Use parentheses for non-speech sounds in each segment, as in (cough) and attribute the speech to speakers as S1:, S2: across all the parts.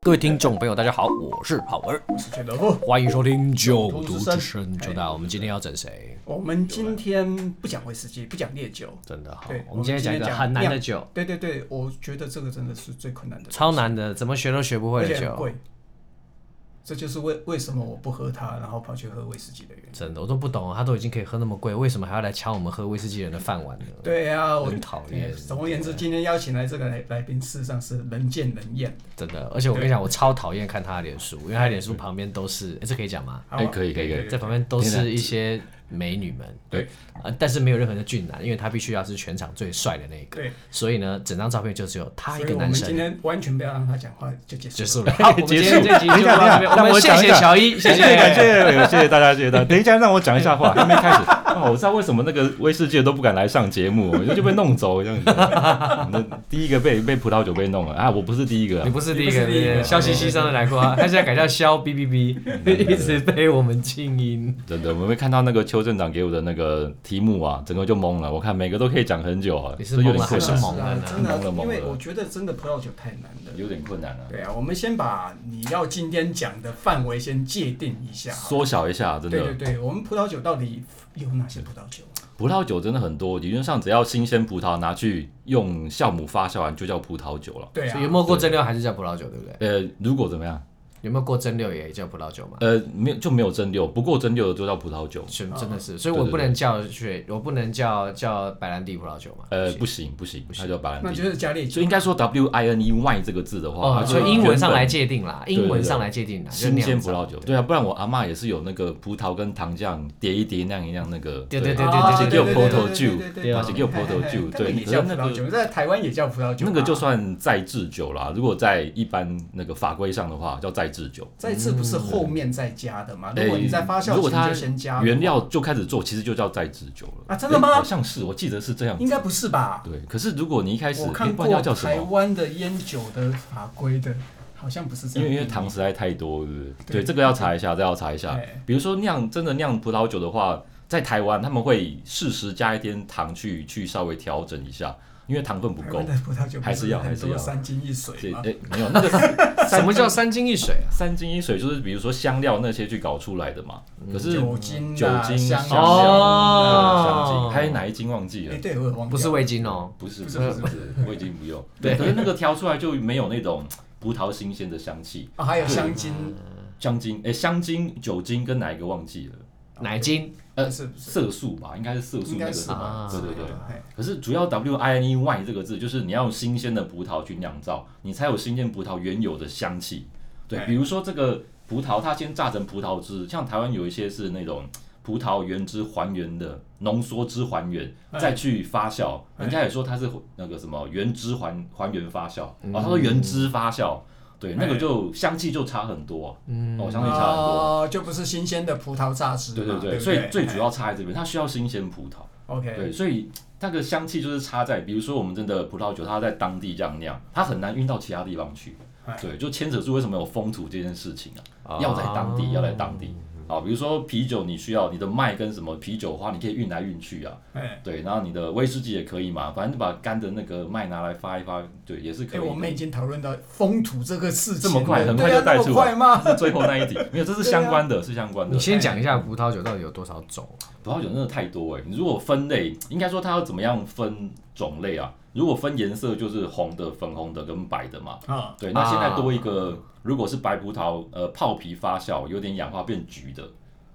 S1: 各位听众朋友，大家好，我是好文，
S2: 我是全德富。
S1: 欢迎收听《九毒
S2: 九毒
S1: 之
S2: 之
S1: 声
S2: 声》。
S1: 九大，我们今天要整谁？
S2: 我们今天不讲威士忌，不讲烈酒，
S1: 真的好
S2: 对，，
S1: 我们今天讲一个很难的酒，
S2: 对对对，我觉得这个真的是最困难的，
S1: 超难的，怎么学都学不会
S2: 而
S1: 的
S2: 且很
S1: 酒。
S2: 贵。这就是为为什么我不喝它，然后跑去喝威士忌的原因。
S1: 真的，我都不懂，他都已经可以喝那么贵，为什么还要来抢我们喝威士忌人的饭碗呢？
S2: 对啊，我
S1: 很讨厌
S2: 对总而言之，今天邀请来这个来来宾，事实上是人见人厌。
S1: 真的，而且我跟你讲，我超讨厌看他的脸书，因为他的脸书旁边都是，诶这可以讲吗？
S2: 好
S3: 哎可以可以可以
S1: 在旁边都是一些美女们，
S3: 对，
S1: 啊，但是没有任何的俊男，因为他必须要是全场最帅的那一个，
S2: 对，
S1: 所以呢，整张照片就只有他一
S2: 所以
S1: 个
S2: 我
S1: 男
S2: 们
S1: 生
S2: 今。天完全不要让他讲话，就结束
S1: 结
S2: 了。
S1: 束了，好，我们今
S3: 结
S1: 天
S3: 束
S1: 这集就到这边，
S3: 等一下
S1: 们谢谢小一，谢
S3: 谢谢感
S1: 谢。
S3: 谢谢谢大家，谢谢大家。等一下让我讲一下话，还没开始。哦，我知道为什么那个威士忌都不敢来上节目，我就被弄走这样子。那第一个被被葡萄酒被弄了啊，我不是第一个
S1: 你
S3: 啊，
S1: 不是第
S2: 你
S1: 一
S2: 不是
S1: 个，
S2: 第一个
S1: 对肖西西上的来过啊，他现在改叫肖 B B B，一 (laughs) 直被我们静音。
S3: 真的，我没看到那个邱镇长给我的那个题目啊，整个就懵了。我看每个都可以讲很久啊，
S1: 你是
S3: 这有
S1: 懵
S3: 点
S1: 了还
S3: 困
S1: 是
S2: 啊
S3: 难，
S1: 猛了呢
S2: 啊真的啊
S3: 猛了，猛
S2: 因为
S3: 了
S2: 我觉得真的葡萄酒太难了。
S3: 有点困难啊，
S2: 对啊，我们先把你要今天讲的范围先界定一下。好了
S3: 缩小一下，真
S2: 对
S3: 的
S2: 对。对，我们葡萄酒到底有哪些葡萄酒？
S3: 葡萄酒真的很多，理论上只要新鲜葡萄拿去用酵母发酵完就叫葡萄酒了。
S2: 对
S1: 所
S2: 啊
S1: 以有，没有过蒸馏还是叫葡萄酒，对不对？
S3: 呃，如果怎么样？
S1: 有没有过蒸馏也叫葡萄酒嘛？
S3: 呃，没有就没有蒸馏，不过蒸馏的就叫葡萄酒。
S1: 是
S2: 啊
S1: 真的是，所以我不能叫雪，我不能叫叫白兰地葡萄酒嘛？
S3: 呃，不行不行，它叫白兰
S2: 那就
S3: 地。
S2: 是加烈
S3: 就
S2: 酒
S3: 应。该说 W I N E wine 这个字的话，
S1: 哦，
S3: 它
S1: 所
S3: 就
S1: 以
S3: 是
S1: 英文上来
S3: 原
S1: 界定啦，
S3: 对对对
S1: 英文上来界定啦，
S3: 本
S1: 就是
S3: 新
S1: 酿
S3: 鲜
S1: 造
S3: 葡萄酒。对啊，不然我阿嬷也是有那个葡萄跟糖酱叠一叠酿一酿那个。
S1: 对对对对
S2: 啊
S3: 它是
S1: 对
S3: 叫
S1: 对
S2: 对对
S3: Porto
S2: 对
S3: j u
S2: 对对
S1: 对
S3: 它是叫 Porto
S2: 嘿嘿
S3: j
S2: 嘿根
S3: u
S2: 本也
S3: 对，可是
S2: 叫葡
S3: 那
S2: 萄
S3: 个
S2: 酒，在台湾也叫葡萄酒啊。
S3: 那个就算再制酒啦，如果在一般那个法规上的话，叫再制酒。
S2: 再次不是后面再加的嘛？
S3: 哎
S2: 如果你在发酵
S3: 如果
S2: 前
S3: 它
S2: 就先加
S3: 原料就开始做，其实就叫再制酒了
S2: 啊真的吗
S3: 哎好像是，我记得是这样
S2: 应。该不是吧？
S3: 对，可是如果你一开始，
S2: 我
S3: 哎
S2: 看
S3: 不
S2: 过
S3: 然要叫什
S2: 台
S3: 么？
S2: 湾的烟酒的法规的，好像不是这
S3: 因
S2: 样。
S3: 为因为糖实在太多，对不对？
S2: 对
S3: 对，这个要查一下，这要查一下
S2: 对。
S3: 比如说酿真的酿葡萄酒的话，在台湾他们会适时加一点糖去去稍微调整一下，因为糖分不
S2: 台
S3: 够
S2: 湾。的葡萄酒不
S3: 还是要
S2: 很多
S3: 还是要
S2: 三精一
S3: 这
S2: 水嘛。
S3: 哎没有那个
S1: 什么叫三精一水啊？
S3: 三精一水，就是比如说香料那些去搞出来的嘛。可是
S2: 酒精
S3: 酒
S2: 啊
S3: 精、
S2: 香
S3: 香
S2: 料
S3: 料嗯
S1: 哦
S3: 香精，还有哪一精忘记了
S2: 哎，？对，我也忘记了
S1: 不是味精哦，
S3: 不是
S2: 不
S3: 不
S2: 是
S3: 是
S2: 不
S3: 不
S2: 是
S3: 是，我已经不用。可是那个调出来就没有那种葡萄新鲜的香气。
S2: 啊，还有香精，
S3: 香精，哎，香精、酒精跟哪一个忘记了？
S1: 奶精
S3: 呃
S2: 不是不是
S3: 色素吧，应该是色素
S2: 应
S3: 那
S2: 该
S3: 个
S2: 是
S3: 什
S1: 吧
S3: 么？对对对。
S2: 哎
S3: 可是主要 W I N E Y 这个字，就是你要用新鲜的葡萄去酿造，你才有新鲜葡萄原有的香气。对，
S2: 对
S3: 比如说这个葡萄，它先榨成葡萄汁，像台湾有一些是那种葡萄原汁还原的浓缩汁还原，
S2: 哎
S3: 再去发酵。
S2: 哎
S3: 人家也说它是那个什么原汁还还原发酵，哦，他说原汁发酵，对，那个就香气就差很多啊，哎嗯，哦，香气差很多。
S2: 哦，就不是新鲜的葡萄榨汁
S3: 对
S2: 嘛，
S3: 对
S2: 对
S3: 对，
S2: 不
S3: 所以最主要差在这边，它需要新鲜葡萄。
S2: OK，
S3: 对，所以那个香气就是差在，比如说我们真的葡萄酒，它在当地这样酿，它很难运到其他地方去
S2: 哎。
S3: 对，就牵扯出为什么有风土这件事情啊，要在当地，要在当地。
S2: 嗯
S3: 啊，比如说啤酒，你需要你的麦跟什么啤酒花，你可以运来运去啊。
S2: 哎，
S3: 对，然后你的威士忌也可以嘛，反正把干的那个麦拿来发一发，对，也是
S2: 哎，
S3: 可以的。
S2: 我们已经讨论到风土这个事情了，
S3: 这么快很快
S2: 对啊
S3: 就带出来
S2: 那么快吗？
S3: 这 (laughs) 是最后那一题，没有，这是相关
S2: 啊
S3: 的，是相关的
S1: 你。先讲一下葡萄酒到底有多少种啊？
S3: 葡萄酒真的太多哎、你如果分类，应该说它要怎么样分种类啊？如果分颜色，就是红的、粉红的跟白的嘛。
S2: 啊，
S3: 对，那现在多一个，如果是白葡萄，呃，泡皮发酵有点氧化变橘的，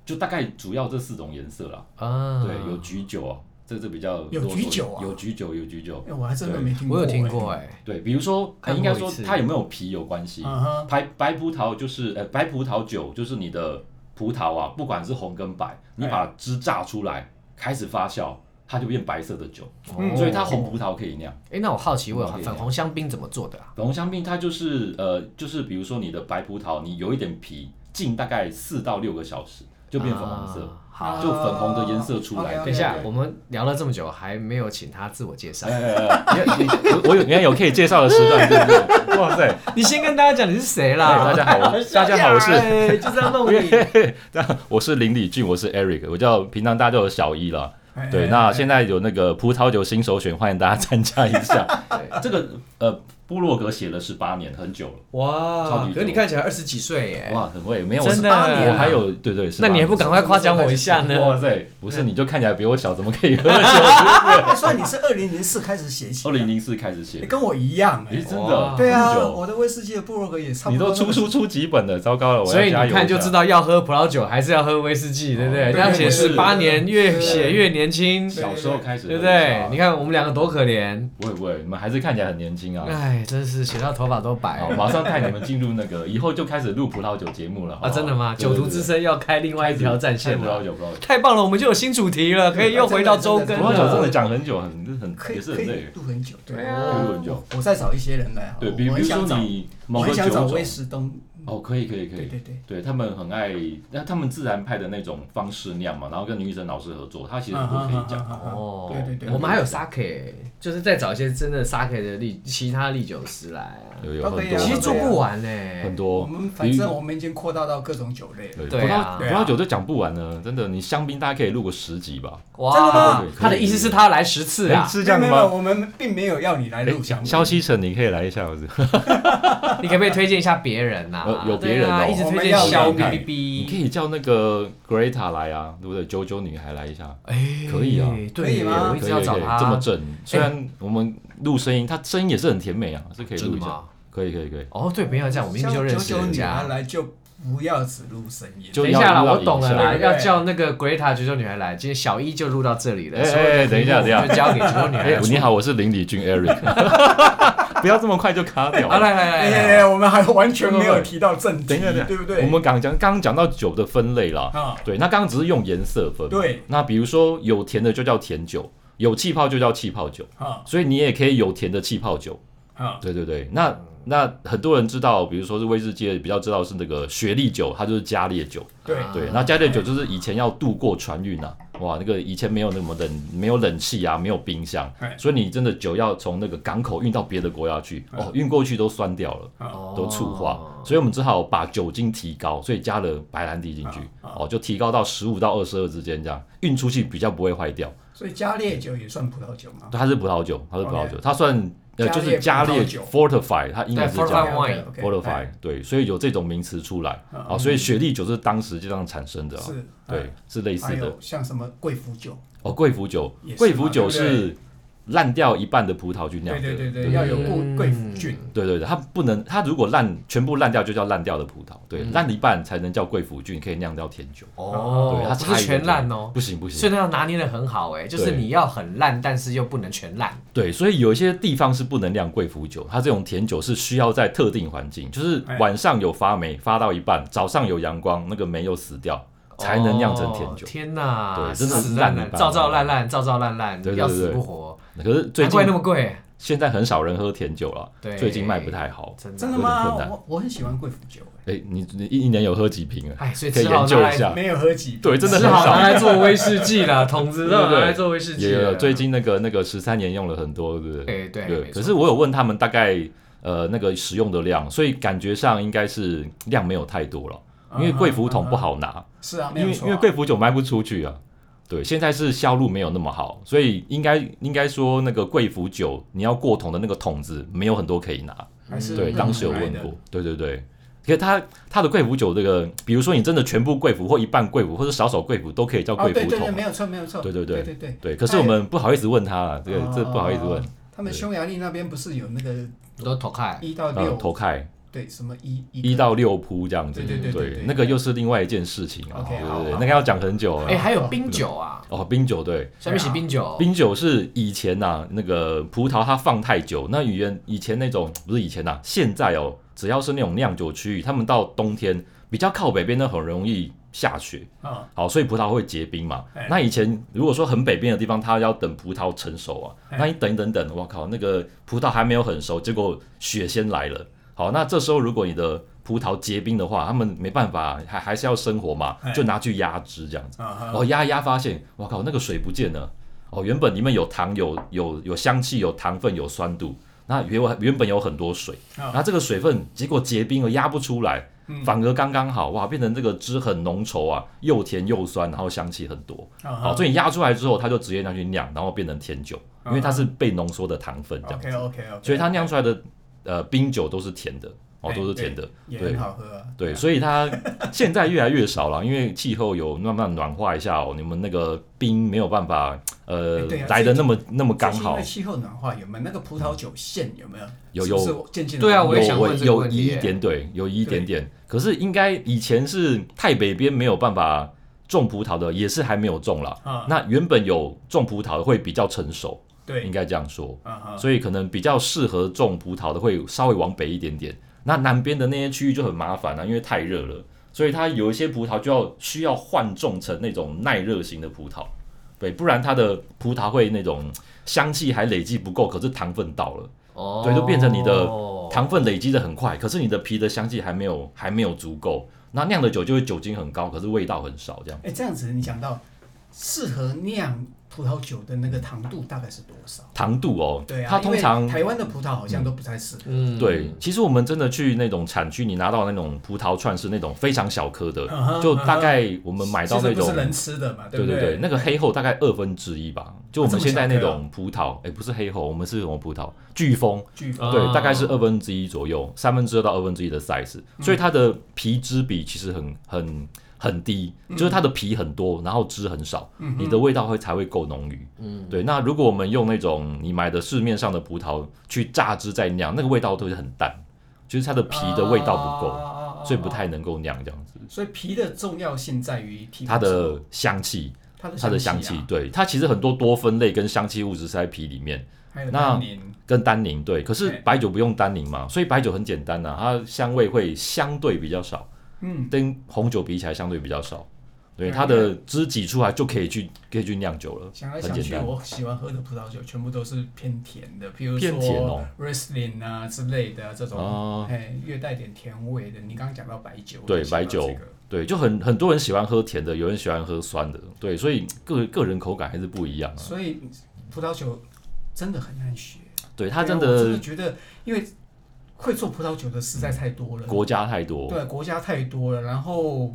S3: 就大概主要这四种颜色啦。
S1: 啊，
S3: 对，有橘酒啊，这是比较
S2: 嗯有
S3: 多
S2: 橘酒啊
S3: 有橘酒，有橘酒。
S2: 哎，我还真的没听过，
S1: 我有听过哎，
S3: 对，比如说，
S1: 看过
S3: 呃应该
S1: 一
S3: 说
S1: 次
S3: 它有没有皮有关系。
S2: 嗯哼，
S3: 白白葡萄就是呃白葡萄酒就是你的葡萄啊，不管是红跟白，你把汁榨出来，开始发酵，它就变白色的酒，
S2: 嗯
S3: 所以它红葡萄可以酿。
S1: 哎，那我好奇问啊，
S3: 嗯
S1: 粉红香槟怎么做的啊？
S3: 粉红香槟它就是呃就是比如说你的白葡萄，你有一点皮，浸大概四到六个小时就变粉红色。
S1: 啊好，
S3: 就粉红的颜色出来
S2: 啊
S1: 等一下，
S2: OK，OK，
S1: 我们聊了这么久，还没有请他自我介绍。
S3: 哎你看你我我有原来有可以介绍的时段，对不对？哇塞！哎
S1: 你先跟大哎家讲你是谁啦
S3: (laughs) 大？家好，我大家好，我
S1: (laughs)
S3: 是
S1: 哎就是要弄你。
S3: 这样， (laughs) 我是林李俊，我是 Eric，我叫平常大家叫我小一了。
S2: 哎
S3: 对，
S2: 哎
S3: 那
S2: 哎
S3: (laughs) 现在有那个葡萄酒新手选，欢迎大家参加一下。
S1: 对
S3: 这个呃，布洛格写了十八年，很久了，
S1: 哇
S3: 超级，久
S1: 可是你看起来二十几岁耶，
S3: 哇，很会，没有，
S1: 哎真的啊
S3: 我是我还有对对，
S1: 那你还不赶快
S3: 敢？
S1: 夸奖我一下呢？
S3: 哇塞，不是，你就看起来比我小，怎么可以喝
S1: (laughs)
S3: 酒？(laughs)
S2: 哎所以你是二零零四开始写起
S3: 二
S2: 的，
S3: 零零四开始写
S2: 你，跟我一样哎、
S3: 咦，真
S1: 哇
S3: 的，
S2: 对啊，
S3: 这么久
S2: 我的威士忌的部落格也差不
S3: 你
S2: 多、
S3: 都出书出几本了，糟糕了，我要
S1: 所以
S3: 加油
S1: 你
S3: 一
S1: 看就
S3: 下
S1: 知。道要喝葡萄酒还是要喝威士忌，对不对？
S3: 哦
S1: 这样写
S3: 对
S1: 十八年，
S2: 是
S1: 越写越年轻，
S3: 小时候开始，
S1: 对不对？你，看我们两个多可怜，
S3: 不会不会，你们还是看起来很年轻啊。
S1: 哎，真是写到头发都白
S3: 好，
S1: 了
S3: 马上带你们进入那个，以后就开始录葡萄酒节目了。好不
S1: 啊！
S3: 好
S1: 真的吗？酒徒之，声要开另
S3: 对对对
S1: 外一条战线
S3: 开葡
S1: 了
S3: 萄，酒，葡萄酒，
S1: 太棒了，我们就有新主题了，可以又回到周
S3: 葡
S1: 更
S3: 萄嗯酒真的
S1: 了。
S3: 讲很久，很很
S2: 可以
S3: 也是
S2: 可
S3: 很
S2: 以
S3: 累。
S2: 录很久，对
S1: 对啊
S3: 可以录很久。
S2: 我再找一些人来，
S3: 对，
S2: 我
S3: 比
S2: 我很
S3: 比如
S2: 想
S3: 说
S2: 找，
S3: 你
S2: 我
S3: 某个
S2: 很想
S3: 酒
S2: 找
S3: 种
S2: 威，斯东，
S3: 哦，可以可以可以，
S2: 对对对，
S3: 对他们很爱，那他们自然派的那种方式酿嘛，然后跟女医生老师合作，他其实都可以
S2: 啊
S3: 讲。
S1: 哦
S2: 对对对，
S1: 我们还有 sake，就是再找一些真的 sake 的利其他利酒师来啊。
S3: 有有
S2: 都可
S3: 很
S2: 以啊
S3: 多
S1: 其实做不完呢、
S3: 很
S2: 我
S3: 多，
S2: 们反正我们已经扩大到各种酒类了，
S3: 对
S1: 对啊
S3: 葡萄葡萄酒都讲不完呢，真的。你香槟大家可以录个十集吧？
S2: 真的吗
S3: 对
S1: 他的意思是他要来十次
S3: 哎
S1: 啊，
S3: 是这样
S2: 没
S3: 的
S2: 有没有，
S3: 吗？
S2: 我们并没有要你来录
S3: 哎
S2: 讲，
S3: 肖西城，你可以来一下，不是？
S1: 你可不可以推荐一下别人呐、
S3: 呃有别人哦
S1: 对啊，一直推荐
S3: 我
S1: 小
S3: 们要
S1: B B
S3: 你可
S1: B，
S3: 以叫那个 Greta 来啊，对不对？九九女孩来一下，
S1: 哎
S3: 可以啊
S1: 对
S2: 可以吗
S1: 我一直要
S3: 可以可
S1: 找
S3: 以
S1: 他，
S3: 这么正。虽然我我们录声音，她声音也是很甜美啊，是可以
S1: 真
S3: 录
S1: 的
S3: 一下。
S1: 吗？
S3: 可以可以可以。
S1: 哦，对，不要这样，我明明就认识
S2: 九九
S1: 人
S2: 女孩
S1: 家。
S2: 来就不要只录声音，
S3: 就
S1: 等一下啦，
S3: 要
S1: 我懂了啦，
S2: 对不对
S1: 要叫那个 Greta 九九女孩来。今天小一就录到这里了，
S3: 哎
S1: 所有的
S3: 哎等一下
S1: 题目我们就交给九九女孩
S3: 哎
S1: 来，
S3: 你
S1: 处
S3: 好，我是林李君 Eric，不要这么快就卡
S1: 理。
S3: 掉
S1: 好，。来来来
S2: 哎
S1: 来
S2: 哎
S1: 来，
S2: 哎，我们还完全没有提到正
S3: 等
S2: 题
S3: 一下，等一下，
S2: 对不对？
S3: 我们刚讲刚刚讲到酒的分类啦，
S2: 啊，
S3: 对，那刚刚只是用颜色分。
S2: 对，
S3: 那比如说有甜的就叫甜酒，有气泡就叫气泡酒，
S2: 啊
S3: 所以你也可以有甜的气泡酒。
S2: 啊，
S3: 对对对，那那很多人知道，比如说是威士忌比较知道是那个雪莉酒，它就是加烈酒。
S2: 对
S1: 啊
S3: 对，那加烈酒就是以前要渡过船运啊，哇，那个以前没有那么冷，没有冷气啊，没有冰箱
S2: 哎，
S3: 所以你真的酒要从那个港口运到别的国家去，
S2: 嗯
S3: 哦，运过去都酸掉了。
S1: 哦
S3: 都醋化，所以我们只好把酒精提高，所以加了白兰地进去，
S2: 啊
S3: 哦，就提高到十五到二十二之间这样，运出去比较不会坏掉。
S2: 所以加烈酒也算葡萄酒嘛
S3: 它是葡萄酒，它是葡萄酒，它算呃
S2: 啊加烈
S3: 就是加
S2: 葡
S3: 烈
S2: 萄酒哎
S3: fortify，它英文是这样
S1: 对
S2: OK，OK，
S1: wine，
S2: OK，
S3: fortify，对，所以有这种名词出来啊，所以雪莉酒是当时就这样产生的
S2: 哎
S3: 啊，
S2: 嗯是，
S3: 对，是类
S2: 哎，
S3: 似
S2: 还
S3: 的
S2: 有像什么贵腐酒，
S3: 哦。贵腐酒
S2: 也，是
S3: 贵腐酒
S2: 嘛对不对
S3: 是烂掉一半的葡萄去酿
S2: 对
S3: 的，
S2: 对对
S3: 对
S2: 对，要有
S3: 对
S2: 贵
S1: 嗯
S2: 贵腐菌，
S3: 对对对，它不能，它如果烂全部烂掉就叫烂掉的葡萄，对，烂一半才能叫贵腐菌，可以酿掉甜酒。对，
S1: 哦
S3: 它，
S1: 不
S3: 差
S1: 是
S3: 一
S1: 全
S3: 个
S1: 烂哦，
S3: 不行不
S1: 所
S3: 行。
S1: 以它要拿捏的很好哎，就是
S3: 对
S1: 你要很烂，但是又不能全烂。
S3: 对，所以有一些地方是不能酿贵腐酒，它这种甜酒是需要在特定环境，就是
S2: 哎
S3: 晚上有发霉，发到一半，早上有阳光，那个霉又死掉，才能酿成甜酒
S1: 哦。天哪，
S3: 对真的
S1: 死死烂
S3: 烂泥
S1: 烂，
S3: 巴
S1: 照照烂烂，照照烂烂
S3: 对，对
S1: 要
S3: 对
S1: 死
S3: 对
S1: 不活，
S3: 可是最
S1: 难怪那
S3: 近
S1: 么贵。
S3: 现在很少人喝甜酒了
S1: 对，
S3: 最近卖不太好。
S1: 真
S2: 真
S1: 的，
S2: 的
S3: 有
S2: 吗？
S3: 点困难
S2: 我我很喜欢贵腐酒，
S3: 哎，你你一一年有喝几瓶啊？
S1: 哎，
S2: 欸
S1: 所以
S3: 可以
S1: 只好
S3: 研
S1: 拿
S3: 究
S1: 来
S3: 一，下。
S2: 没有喝几杯，
S3: 啊对真的
S1: 只
S3: 很
S1: 好
S3: 少
S1: 拿来做威士忌 (laughs) 啦，筒子都
S3: 对对
S1: 拿
S3: 对
S1: 来做威士忌
S3: 也有
S1: 了。
S2: 啊
S3: 有最近那个那个十三年用了很多，对不对？
S1: 哎对没错
S3: 可是我有问他们大概呃那个使用的量，所以感觉上应该是量没有太多了，因
S2: 嗯
S3: 为贵腐桶不好拿，
S2: 是啊啊，没
S3: 因
S2: 有
S3: 为
S2: 错啊，
S3: 因为贵腐酒卖不出去啊。对，现在是销路没有那么好，所以应该应该说那个贵腐酒你要过桶的那个桶子没有很多可以拿。
S2: 还是日
S3: 对，
S2: 本
S3: 当时有
S2: 来
S3: 问
S2: 的
S3: 过，对对对。可是它它的贵腐酒这个，比如说你真的全部贵腐或一半贵腐或者少少贵腐都可以叫
S2: 啊，
S3: 贵
S2: 对
S3: 腐
S2: 对
S3: 桶
S2: 对，
S3: 啊
S2: 没。有错，没有错，
S3: 对对对
S2: 对对对。
S3: 对，可是我们不好意思问他了，这个
S2: 哎哦
S3: 这不好意思问。
S2: 他们匈牙利那边不是有那个
S1: 都投开，
S2: 一到
S3: 呃，头
S2: 六，
S3: 开
S2: 对，什么一
S3: 一到六铺这样子，
S2: 对对对对对
S3: 那个又是另外一件事情啊，
S2: OK，
S3: 对
S2: 好
S3: 对对，
S2: 好
S3: 那个要讲很久
S1: 哎，
S3: 啊。
S1: 还有冰酒啊，
S3: 哦，冰酒对，
S1: 下面写冰酒，
S3: 冰酒是以前呐，那个葡萄它放太久，那以前以前那种不是以前呐，现在哦，只要是那种酿酒区域，他们到冬天比较靠北边的很容易下雪，
S2: 啊，
S3: 好，所以葡萄会结冰嘛
S2: 哎。
S3: 那以前如果说很北边的地方，它要等葡萄成熟啊，
S2: 哎
S3: 那你等一等等，我靠，那个葡萄还没有很熟，结果雪先来了。好，那这时候如果你的葡萄结冰的话，他们没办法，还还是要生活嘛
S2: 哎，
S3: 就拿去压汁这样子。
S2: 啊
S3: 哦，压一压发现，我靠，那个水不见了。哦，原本里面有糖、有有有香气、有糖分、有酸度，那原原本有很多水，
S2: 啊嗯
S3: 然后这个水分结果结冰了，压不出来，反而刚刚好，哇，变成这个汁很浓稠啊，又甜又酸，然后香气很多。好，
S2: 啊
S3: 所以你压出来之后，它就直接拿
S2: 啊
S3: 去酿，然后变成甜酒，因为它是被浓缩的糖分这样。
S2: ，OK OK OK，
S3: 所以它酿出来的呃冰酒都是甜的哦，
S2: 啊哎
S3: 都是甜的，
S2: 也
S3: 对
S2: 很好喝啊。
S4: 嗯
S3: 对，所以它现在越来越少了，因为气候有慢慢暖化一下哦，你们那个冰没有办法呃
S2: 哎对啊
S3: 来的那么那么刚
S2: 最近因
S3: 好
S2: 为，气候暖化有没有那个葡萄酒线有没有？
S3: 有
S2: 是不是
S3: 有
S2: 渐渐地
S4: 对啊我也
S3: 有
S4: 想问这个
S3: 有
S4: 问题
S3: 一
S4: 耶
S3: 点对，有一点点，可是应该以前是太北边没有办法种葡萄的，也是还没有种啦。
S2: 啊
S3: 那原本有种葡萄的会比较成熟，应
S2: 对
S3: 该这样说。
S2: 啊哈
S3: 所以可能比较适合种葡萄的会稍微往北一点点。那南边的那些区域就很麻烦了、啊因为太热了，所以它有一些葡萄就要需要换种成那种耐热型的葡萄，对，不然它的葡萄会那种香气还累积不够，可是糖分到了，
S4: 哦
S3: 对就变成你的
S2: 哦
S1: 哦
S3: 糖分累积的很快，可是你的皮的香气还没有还没有足够，那酿的酒就会酒精很高，可是味道很少，这样
S2: 哎，这样子你讲到适合酿葡萄酒的那个糖度大概是多少？
S3: 糖度哦，
S2: 对啊，
S3: 它通常
S2: 因为台湾的葡萄好像都不太适合。
S4: 嗯，
S3: 对，其实我们真的去那种产区，你拿到那种葡萄串是那种非常小颗的
S2: 嗯哼
S3: 就大概我们买到
S2: 其
S3: 那
S2: 实不
S3: 种
S2: 是，人吃的嘛，
S3: 对
S2: 不
S3: 对，那个黑后大概二分之一吧。就我
S2: 啊这么
S3: 们现在那
S2: 小颗啊
S3: 种葡萄，哎，不是黑后，我们是什么葡萄？飓风，
S2: 巨
S4: 啊
S1: 嗯
S3: 对，大概是二分之一左右，三分之二到二分之一的 size，所
S2: 嗯
S3: 以它的皮脂比其实很很很低，
S2: 嗯
S3: 就是它的皮很多，然后汁很少，你的味道会才会够浓郁。嗯，对。那如果我们用那种你买的市面上的葡萄去榨汁再酿，那个味道都是很淡，就是它的皮的味道不够，
S2: 够
S3: 所以不。太能够酿这样子。
S2: 啊所以皮的重要性在于提供
S3: 它的香气，
S2: 它的
S3: 它的香
S2: 香
S3: 气
S2: 啊，，
S3: 对它其实很多多酚类跟香气物质是在皮里面。
S2: 还有
S3: 那
S2: 单宁
S3: 跟单宁对，可是
S2: 对
S3: 白酒不用单宁嘛，所以白酒很简单呐、它香味会相对比较少，
S2: 嗯，
S3: 跟红酒比起来相对比较少，对，
S2: 对
S3: 它的汁挤出来就可以去可以去酿酒了，
S2: 想来
S3: 很
S2: 想
S3: 简
S2: 去，
S3: 单。
S2: 我喜欢喝的葡萄酒全部都是偏甜的，譬如
S3: 偏甜哦
S2: 说 Riesling 啊之类的啊这种，
S3: 哦，
S2: 哎，越带点甜味的。你刚刚讲到白酒，
S3: 对
S2: 我就想到
S3: 白酒
S2: 这个
S3: 对，就很很多人喜欢喝甜的，有人喜欢喝酸的，对，所以个个人口感还是不一样啊。
S2: 所以葡萄酒真的很难学，
S3: 对，它
S2: 对啊
S3: 真
S2: 我真
S3: 的
S2: 的觉得，因为会做葡萄酒的实在太多了，
S3: 嗯国嗯家太多，
S2: 对国家太多了。然后，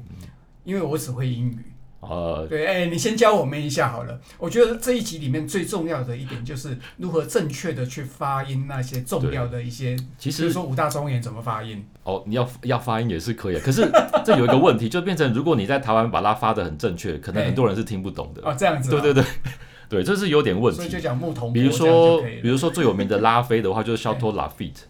S2: 因为我只会英语，
S3: 呃，
S2: 对，哎、你先教我们一下好了。我觉得这一集里面最重要的一点就是如何正确的去发音那些重要的一些，
S3: 其
S2: 比如
S3: 实
S2: 说五大庄园怎么发音，
S3: 哦，你要要发音也是可以啊，可是
S2: (laughs)
S3: 这有一个问题，就变成如果你在台湾把它发的很正确，可能
S2: 哎
S3: 很多人是听不懂的。
S2: 啊，这样子、
S3: 对对 (laughs) 对对，这是有点问
S2: 所以就
S3: 题。
S2: 讲牧童伯
S3: 比如
S2: 这样
S3: 说
S2: 就可以，了
S3: 比如说最有名的拉菲的话，就是 Chateau Lafite，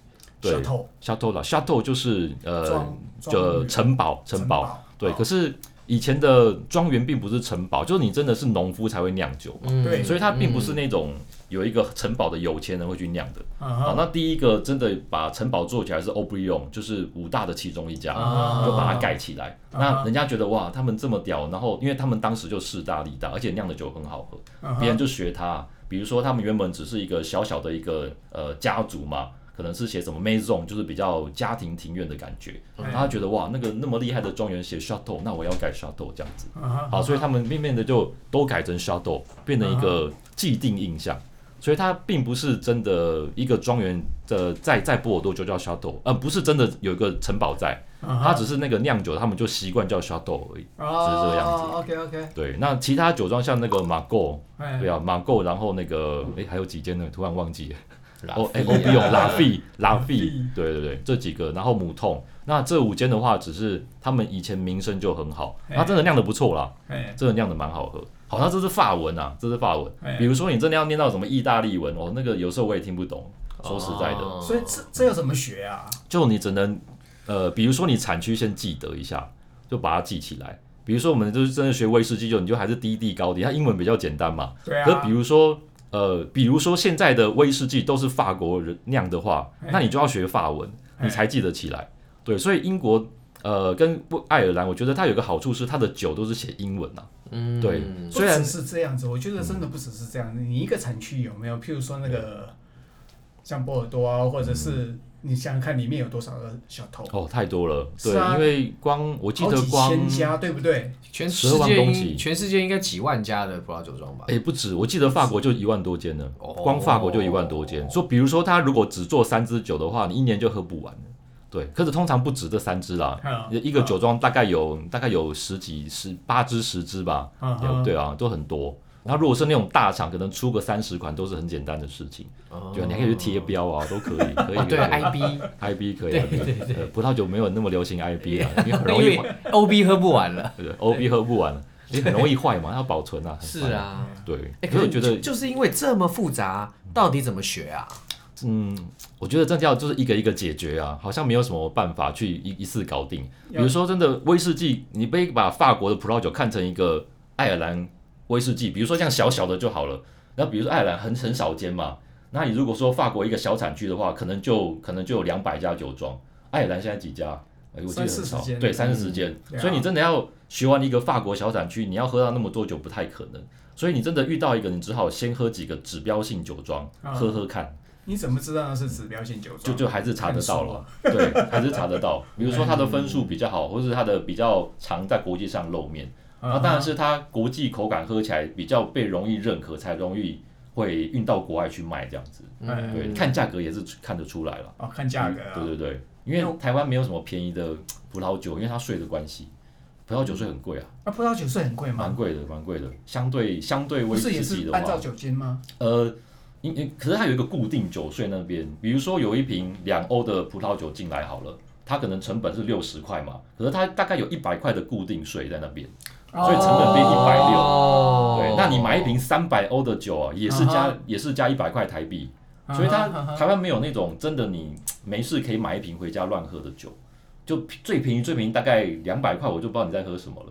S3: 对
S2: 哎 Chateau
S3: ，Chateau La Chateau 就是呃，
S2: 庄庄
S3: 就
S2: 园
S3: 城堡城堡，对。
S2: 哦
S3: 可是以前的庄园并不是城堡，就是你真的是农夫才会酿酒，
S4: 嗯
S2: 对
S3: 所以它并不是那种有一个城堡的有钱人会去酿的。
S2: 嗯
S3: 好，
S2: 哼
S3: 那第一个真的把城堡做起来是 o b r i o n 就是五大的其中一家，
S4: 啊
S3: 就把它盖起来。
S2: 啊
S3: 那人家觉得哇，他们这么屌，然后因为他们当时就势大力大，而且酿的酒很好喝，
S2: 嗯哼
S3: 别人就学他。比如说，他们原本只是一个小小的一个呃家族嘛，可能是写什么 maison，就是比较家庭庭院的感觉。
S2: 嗯
S3: 然后他觉得哇，那个那么厉害的庄园写 chateau，那我要改 chateau 这样子。
S2: 嗯哼
S3: 好，所以他们面面的就都改成 shadow，变成一个既定印象。所以它并不是真的一个庄园的在在波尔多就叫 shadow，呃，不是真的有一个城堡在，
S2: 嗯
S3: 它
S2: 哼
S3: 只是那个酿酒他们就习惯叫 shadow 而已。
S2: 哦
S3: 这样子
S2: OK OK，
S3: 对，那其他酒庄像那个马购，
S2: 哎
S3: 对啊，马购，然后那个诶还有几间呢？突然忘记了。哦，哎，
S4: 拉
S3: 欧
S4: 菲
S3: 比永、拉
S4: 啊
S3: 菲、拉
S2: 菲
S3: 菲，对对对，这几个，然后母痛，那这五间的话，只是他们以前名声就很好，
S2: 哎
S3: 那真的酿的不错啦。
S2: 哎
S3: 真的酿的蛮好喝。好，那这是法文啊，这是法文
S2: 哎。
S3: 比如说你真的要念到什么意大利文哦，那个有时候我也听不懂。说实在的，
S4: 哦
S2: 所以这这要怎么学啊？
S3: 就你只能呃，比如说你产区先记得一下，就把它记起来。比如说我们就是真的学威士忌酒，你就还是低地高地，它英文比较简单嘛。
S2: 对啊
S3: 可，比如说呃，比如说现在的威士忌都是法国人酿的话，
S2: 哎
S3: 那你就要学法文，
S2: 哎
S3: 你才记得起来。对，所以英国呃跟爱尔兰，我觉得它有个好处是它的酒都是写英文啊。
S4: 嗯
S3: 对，
S2: 不
S3: 虽然嗯
S2: 只是这样子，我觉得真的不只是这样子。你一个产区有没有，譬如说那个像波尔多啊，或者
S3: 嗯
S2: 是你想想看里面有多少个小偷，
S3: 哦，太多了，对，
S2: 是啊
S3: 因为光我记
S2: 好
S3: 得
S2: 几
S3: 光
S2: 千家，对不对？
S4: 全世
S3: 十二万哎
S4: 界
S3: 公
S4: 应
S3: 顷
S4: 全世界应该几万家的葡萄酒庄吧？
S3: 诶不止，我记得法国就一万多间呢，
S4: 哦
S3: 光法国就一万多间。说比如说他如果只做三支酒的话，你一年就喝不完了对，可是通常不止这三支啦，
S2: 嗯
S3: 啊一个酒庄大概有大概有十几十八支十支吧，
S2: 嗯
S3: 对啊，都很多。然后如果是那种大厂，可能出个三十款都是很简单的事情，
S4: 哦
S3: 对，你还可以去贴标啊，都可以，可以
S4: 哦，
S1: (laughs)
S4: 对
S3: 可以
S4: ，IB，
S3: IB 可以
S4: 对
S3: 可以，
S4: 对对
S3: 呃葡萄酒没有那么流行 IB
S4: (laughs)
S3: 啦，因为很
S4: 那因
S3: 容易
S4: 为
S3: 坏
S4: OB 喝不完了。
S3: 对，OB 喝不完，也很容易坏嘛，要保存啊，很
S4: 是
S3: 烦，
S4: 啊，
S3: 对
S4: 哎，，可
S3: 所以
S4: 是
S3: 我觉得
S4: 就就是因为这么复杂，到底怎么学啊？
S3: 嗯，我觉得这叫就是一个一个解决啊，好像没有什么办法去一一次搞定。比如说，真的威士忌，你不可以把法国的葡萄酒看成一个爱尔兰威士忌，比如说像小小的就好了。那比如说爱尔兰很很少见嘛，那你如果说法国一个小产区的话，可能就可能就有两百家酒庄，爱尔兰现在几家？哎我记得
S2: 三
S3: 很
S2: 四
S3: 少
S2: 十间，
S3: 对，三四十间。
S2: 对啊
S3: 所以你真的要学完一个法国小产区，你要喝到那么多酒不太可能。所以你真的遇到一个，你只好先喝几个指标性酒庄，
S2: 啊
S3: 喝喝看。
S2: 你怎么知道那是指标性酒
S3: 就
S2: 庄？
S3: 就还是查得到了，对，还是查得到。比如说它的分数比较好，或是它的比较常在国际上露面，
S2: 啊
S3: 那当然是它国际口感喝起来比较被容易认可，才容易会运到国外去卖这样子。
S2: 哎
S3: 对，看价格也是看得出来了。嗯
S2: 哦，看价格啊，
S3: 对对对，因为台湾没有什么便宜的葡萄酒，因为它税的关系，葡萄酒税很贵啊，
S2: 那葡萄酒税很贵吗？
S3: 蛮贵的，蛮贵的。相对相对
S2: 不
S3: 威士
S2: 是也
S3: 忌
S2: 是
S3: 的
S2: 按照
S3: 话，
S2: 酒精吗？
S3: 呃。因因可是它有一个固定酒税那边，比如说有一瓶两欧的葡萄酒进来好了，它可能成本是六十块嘛，可是它大概有一百块的固定税在那边，
S2: 哦
S3: 所以成本变160
S4: 哦
S3: 对，那你买一瓶三百欧的酒啊，也是加、
S2: 啊哈
S3: 也是加一百块台币，
S2: 啊哈
S3: 所以它
S2: 啊哈
S3: 台湾没有那种真的你没事可以买一瓶回家乱喝的酒，就最便宜最便宜大概两百块，我就不知道你在喝什么了。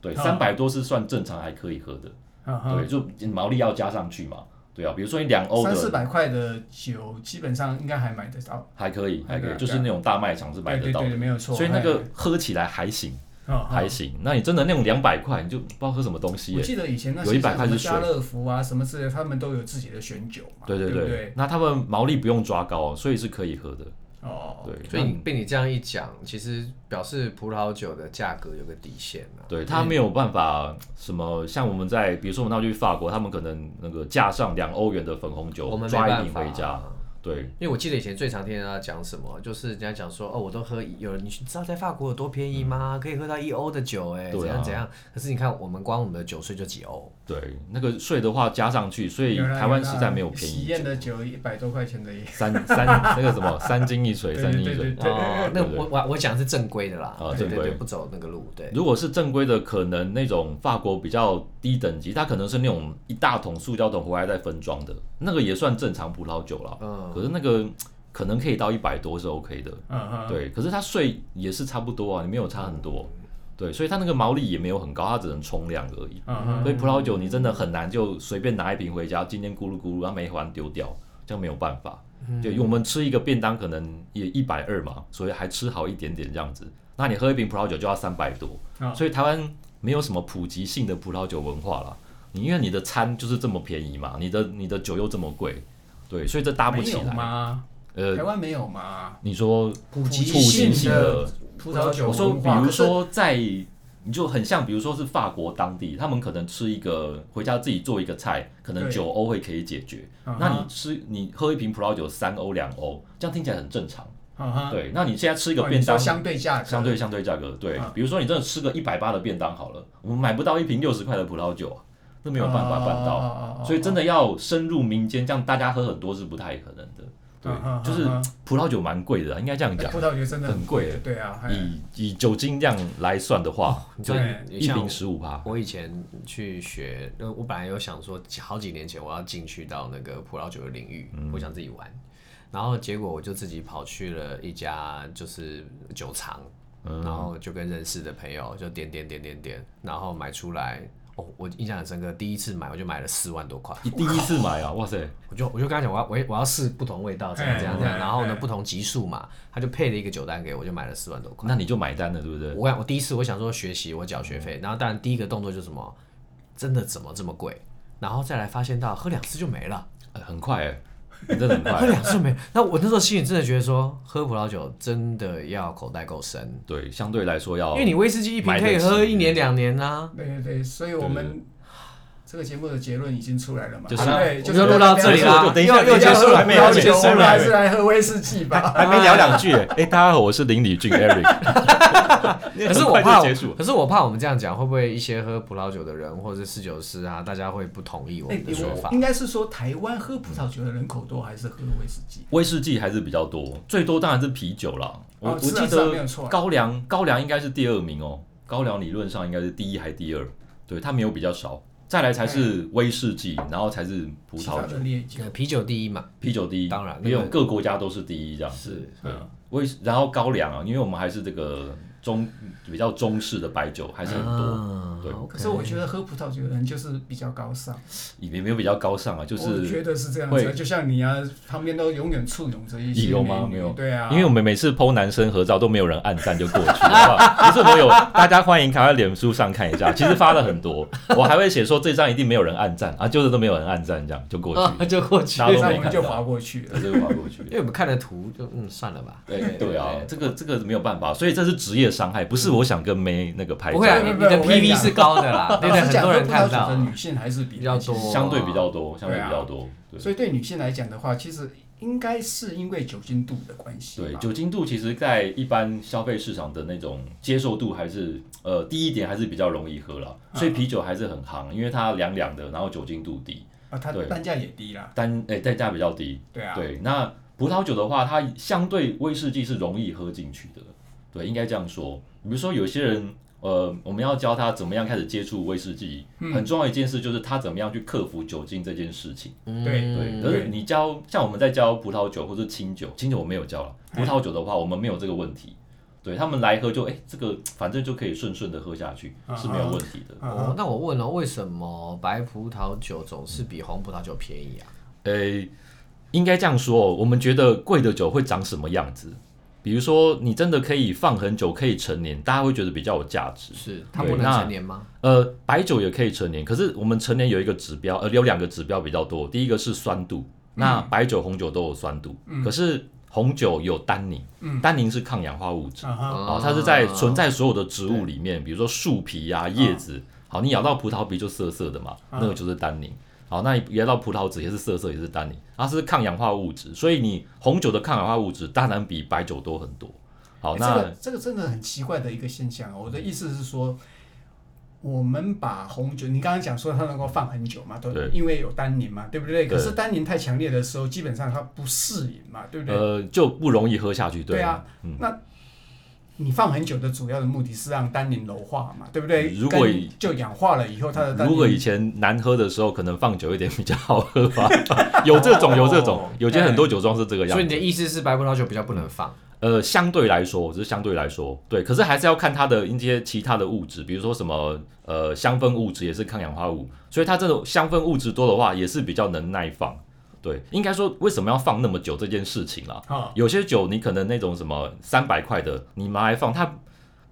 S3: 对，
S2: 啊
S3: 三百多是算正常还可以喝的，
S2: 啊哈
S3: 对，就毛利要加上去嘛，对啊，比如说你两欧
S2: 三四
S3: 的
S2: 百块的酒，基本上应该还买得到，
S3: 还可以，还可
S2: 对
S3: 以，
S2: 啊
S3: 就是那种大卖场是买
S2: 对
S3: 得
S2: 对
S3: 到的
S2: 对，，没有错。
S3: 所以那个
S2: 哎
S3: 喝起来还行，
S2: 哦
S3: 还
S2: 哦
S3: 行。那你真的那种两百块，你就不知道喝什么东西
S2: 我
S3: 耶。
S2: 记得以前那
S3: 有
S2: 些
S3: 100
S2: 像
S3: 块
S2: 什么
S3: 是水
S2: 家乐福啊什么之类的，他们都有自己的选酒嘛，
S3: 对
S2: 对
S3: 对，
S2: 不对？
S3: 那他们毛利不用抓高，所以是可以喝的。
S2: 哦，
S3: 对，
S1: 所以
S3: 那
S1: 你被你这样一讲，其实表示葡萄酒的价格有个底线啊。
S3: 对他没有办法什么，像我们在比如说我们那去法国，他们可能那个架上两欧元的粉红
S1: 我
S3: 酒，
S1: 们没
S3: 抓
S1: 办
S3: 一
S1: 法啊
S3: 瓶回家。
S2: 嗯
S3: 对，
S1: 因为我记得以前最常听人家讲什么，就是人家讲说哦，我都喝有人，你知道在法国有多便宜吗？可以喝到一欧的酒、哎、
S3: 嗯
S1: 怎
S3: 对啊
S1: 样怎样。可是你看，我们光我们的酒税就几欧，
S3: 对，那个税的话加上去，所以
S2: 有啦
S3: 台湾
S2: 啦
S3: 实在没有便
S2: 喜
S3: 宜
S2: 宴的酒一百多块钱的也，
S3: 三三那个什么三斤一
S2: (laughs)
S3: 水，
S2: 对
S3: 三
S2: 对
S3: 斤
S2: 对
S3: 一水
S2: 对。对，
S1: 哦，那
S3: 对对
S1: 我我我讲的是正规的啦，
S3: 啊
S1: 对对
S3: 正规
S1: 对，不走那个路，对。
S3: 如果是正规的，可能那种法国比较低等级，它可能是那种一大桶塑胶桶回来再分装的，那个也算正常葡萄酒了。
S1: 嗯
S3: 可是那个可能可以到一百多是 OK 的，
S2: 嗯哼，
S3: 对。可是它税也是差不多啊，你没有差很多，对。所以它那个毛利也没有很高，它只能冲量而已。
S2: 嗯哼，
S3: 所以葡萄酒你真的很难就随便拿一瓶回家，今天咕噜咕噜，然后没还丢掉，这样没有办法。
S2: 嗯
S3: 就我们吃一个便当可能也一百二嘛，所以还吃好一点点这样子。那你喝一瓶葡萄酒就要三百多，
S2: 啊
S3: 所以台湾没有什么普及性的葡萄酒文化啦。你因为你的餐就是这么便宜嘛，你的你的酒又这么贵，对，所以这搭不
S2: 没
S3: 起
S2: 有
S3: 来。
S2: 吗？
S3: 呃
S2: 台，湾没有吗？
S3: 你说
S1: 普
S2: 及
S3: 普及
S2: 性
S3: 性
S2: 的
S3: 的
S2: 葡萄酒
S3: 我说，
S2: 文
S3: 比
S2: 化，
S3: 如
S2: 可是
S3: 说在，你就很像，比如说是法国当地，他们可能吃一个回家自己做一个菜，可能
S2: 对
S3: 九欧会可以解决。
S2: 嗯哼
S3: 那你吃你喝一瓶葡萄酒三欧两欧，这样听起来很正常。
S2: 嗯哼，
S3: 对，那你现在吃一
S2: 哦你
S3: 个
S2: 嗯
S3: 便当，
S2: 说相对价格，
S3: 相对相对价格，对，比如说你真的吃个一百八的便当好了，我们买不到一瓶六十块的葡萄酒啊，那没有办法办到。
S2: 到
S3: 所以真的要深入民间，这样大家喝很多是不太可能
S2: 嗯
S3: 的。对，就是葡萄酒蛮贵的啊，应该这样讲
S2: 葡。萄酒真的
S3: 很贵
S2: 的对啊，哎
S3: 以以酒精量来算的话，
S1: 就
S2: 对
S1: 你
S3: 一
S1: 像
S3: 瓶十五趴。
S1: 我以前去学，呃我本来有想说，好几年前我要进去到那个葡萄酒的领域，我想自己玩。然后结果我就自己跑去了一家就是酒厂，然后就跟认识的朋友就点点点点点，然后买出来。哦，我印象很深刻，第一次买我就买了四万多块。
S3: 你第一次买啊，哇塞，
S1: 我就我就跟他讲，我要我要我要试不同味道，怎样怎样怎样，然后呢不同级数嘛，他就配了一个酒单给我，我就买了四万多块。
S3: 那你就买单了，对不对？
S1: 我想，我第一次我想说学习，我缴学费，然后当然第一个动作就是什么，真的怎么这么贵？然后再来发现到喝两次就没了，
S3: 呃很快哎，你真的很快
S1: 喝
S3: 欸。
S1: 两次就没。那我那时候心里真的觉得说，喝葡萄酒真的要口袋够深，
S3: 对，相对来说要
S1: 因为你威士忌一瓶
S3: 哦买得
S1: 可以喝
S3: 起
S1: 一年两年啊。
S2: 对对对，所以我们这个节目的结论已经出来了嘛？
S3: 就是
S2: 啊对，
S4: 我
S2: 就
S4: 们
S2: 是
S4: 要录到这里啦
S2: 不要
S3: 等一下
S2: 啊又
S3: 等一下
S2: 又
S3: 说还没
S2: 要
S3: 还没
S2: 求
S3: 说
S2: 我们
S3: 完
S2: 还是来喝威士忌
S3: (laughs)
S2: 吧。
S3: 还没聊两句
S2: (laughs)
S3: 哎、哎大家好，我是林李俊 Eric。
S1: 可是我
S3: 很
S1: 怕
S3: 快
S1: 我
S3: 就结束，了。
S1: 可是我怕我们这样讲，会不会一些喝葡萄酒的人或者是侍酒师啊，大家会不同意我
S2: 哎
S1: 们的说
S2: 我
S1: 法？
S2: 应该是说台湾喝葡萄酒的人口多，还是喝威士忌？
S3: 威士忌还是比较多，最多当然是啤酒啦。我、
S2: 哦
S3: 我
S2: 是啊
S3: 记
S2: 是啊没有错
S3: 得
S2: 啊
S3: 高粱高粱应该是第二名哦，高粱理论上应该是第一还第二，对，它没有比较少。再来才是威士忌，然后才是葡
S2: 哎其
S3: 萄
S2: 他
S3: 酒
S2: 的，烈酒
S1: 呃啤酒第一嘛，
S3: 啤酒第一，
S1: 当然
S3: 因
S1: 那
S3: 为
S1: 个
S3: 各国家都是第一这样子。对，威士然后高粱啊，因为我们还是这个中比较中式的白酒还是很多，
S1: 啊
S3: 对
S1: OK
S2: 可是我觉得喝葡萄酒的人就是比较高尚，
S3: 也没有比较高尚啊，就
S2: 我觉
S3: 是
S2: 得是这样子啊。
S3: 会
S2: 就像你啊，旁边都永远簇拥着一些
S3: 有吗
S2: 美女
S3: 没有
S2: 对啊，
S3: 因为我们每次 PO 男生合照都没有人按赞就过去，好不好？不是我有，大家欢迎赶快脸书上看一下，其实发了很多，我还会写说这张一定没有人按赞啊，就是都没有人按赞，这样就过
S1: 哦
S4: 啊，
S1: (laughs)
S3: 去，
S4: 就过去
S3: 大。家都
S2: 那
S3: 没
S2: 我们
S3: 看
S2: 就
S3: 到
S2: 划，过去了。
S3: 对，就划过去
S1: 因。为我们看了图就嗯算了吧，
S3: 对对啊，这个这个没有办法，所以这是职业伤害，不是我想跟没那个拍照
S1: 不会啊，你你
S2: 不不
S1: 的
S2: 我跟你
S1: PV
S2: 讲
S1: 是高的啦，对不对？
S2: 老实
S1: 很
S2: 讲
S1: 多人
S2: 喝
S1: 看
S2: 葡萄
S1: 到
S2: 酒的女性还是比
S1: 比较
S2: 男性
S1: 多啊，
S3: 相对比较多，相对比较多，对。
S2: 所以对女性来讲的话，其实应该是因为酒精度的关系吧。
S3: 对，酒精度其实，在一般消费市场的那种接受度还是呃低一点，还是比较容易喝了，所以啤酒还是很行，因为它凉凉的，然后酒精度低，
S2: 啊，它
S3: 对
S2: 单价也低啦。
S3: 单诶代价比较低。
S2: 对啊，
S3: 对，那葡萄酒的话，它相对威士忌是容易喝进去的，对，应该这样说。比如说有些人，呃，我们要教他怎么样开始接触威士忌，很重要一件事就是他怎么样去克服酒精这件事情。
S2: 对
S3: 对，
S1: 嗯
S3: 可是你教像我们在教葡萄酒或者清酒，清酒我没有教了，葡萄酒的话我们没有这个问题。对他们来喝就哎、这个反正就可以顺顺的喝下去
S2: 啊
S3: 是没有问题的。
S2: 啊
S1: 哦，那我问了，为什么白葡萄酒总是比红葡萄酒便宜啊？
S3: 诶、应该这样说哦，我们觉得贵的酒会长什么样子？比如说你真的可以放很久，可以陈年，大家会觉得比较有价值。
S1: 是它
S3: 对
S1: 不能
S3: 那
S1: 成年吗？
S3: 呃，白酒也可以陈年，可是我们陈年有一个指标，呃，有两个指标比较多，第一个是酸度，那
S2: 嗯
S3: 白酒、红酒都有酸度，可是红酒有单宁，
S2: 嗯
S3: 单宁是抗氧化物质。
S2: 啊哈，
S3: 哦，它是在存在所有的植物里面，比如说树皮啊、叶子。好，你咬到葡萄皮就涩涩的嘛，
S2: 嗯
S3: 那个就是单宁。好，那你咬到葡萄籽也是涩涩，也是单宁，它是抗氧化物质，所以你红酒的抗氧化物质当然比白酒多很多。好，
S2: 诶哎这
S3: 那
S2: 个这个真的很奇怪的一个现象哦。我的意思是说，我们把红酒，你刚刚讲说它能够放很久嘛，都
S3: 对
S2: 因为有单宁嘛，对不对？
S3: 对
S2: 可是单宁太强烈的时候，基本上它不适应嘛，对不对？
S3: 呃就不容易喝下去，
S2: 对
S3: 吗
S2: 啊，那你放很久的主要的目的是让单宁柔化嘛，对不对？
S3: 如果
S2: 跟就氧化了以后，它的单
S3: 如果以
S2: 宁
S3: 前难喝的时候，可能放久一点比较好喝吧。 (laughs) 有这
S1: 哦
S3: 种，有这种，有些很多酒庄是这个样
S1: 所以你
S3: 子
S1: 的。意思是白葡萄酒比较不能放？
S3: 呃，相对来说，只是相对来说，对，可是还是要看它的一些其他的物质，比如说什么呃香氛物质也是抗氧化物，所以它这种香氛物质多的话，也是比较能耐放。对，应该说为什么要放那么久这件事情啦？
S2: 啊，
S3: 有些酒你可能那种什么三百块的，你拿来放，它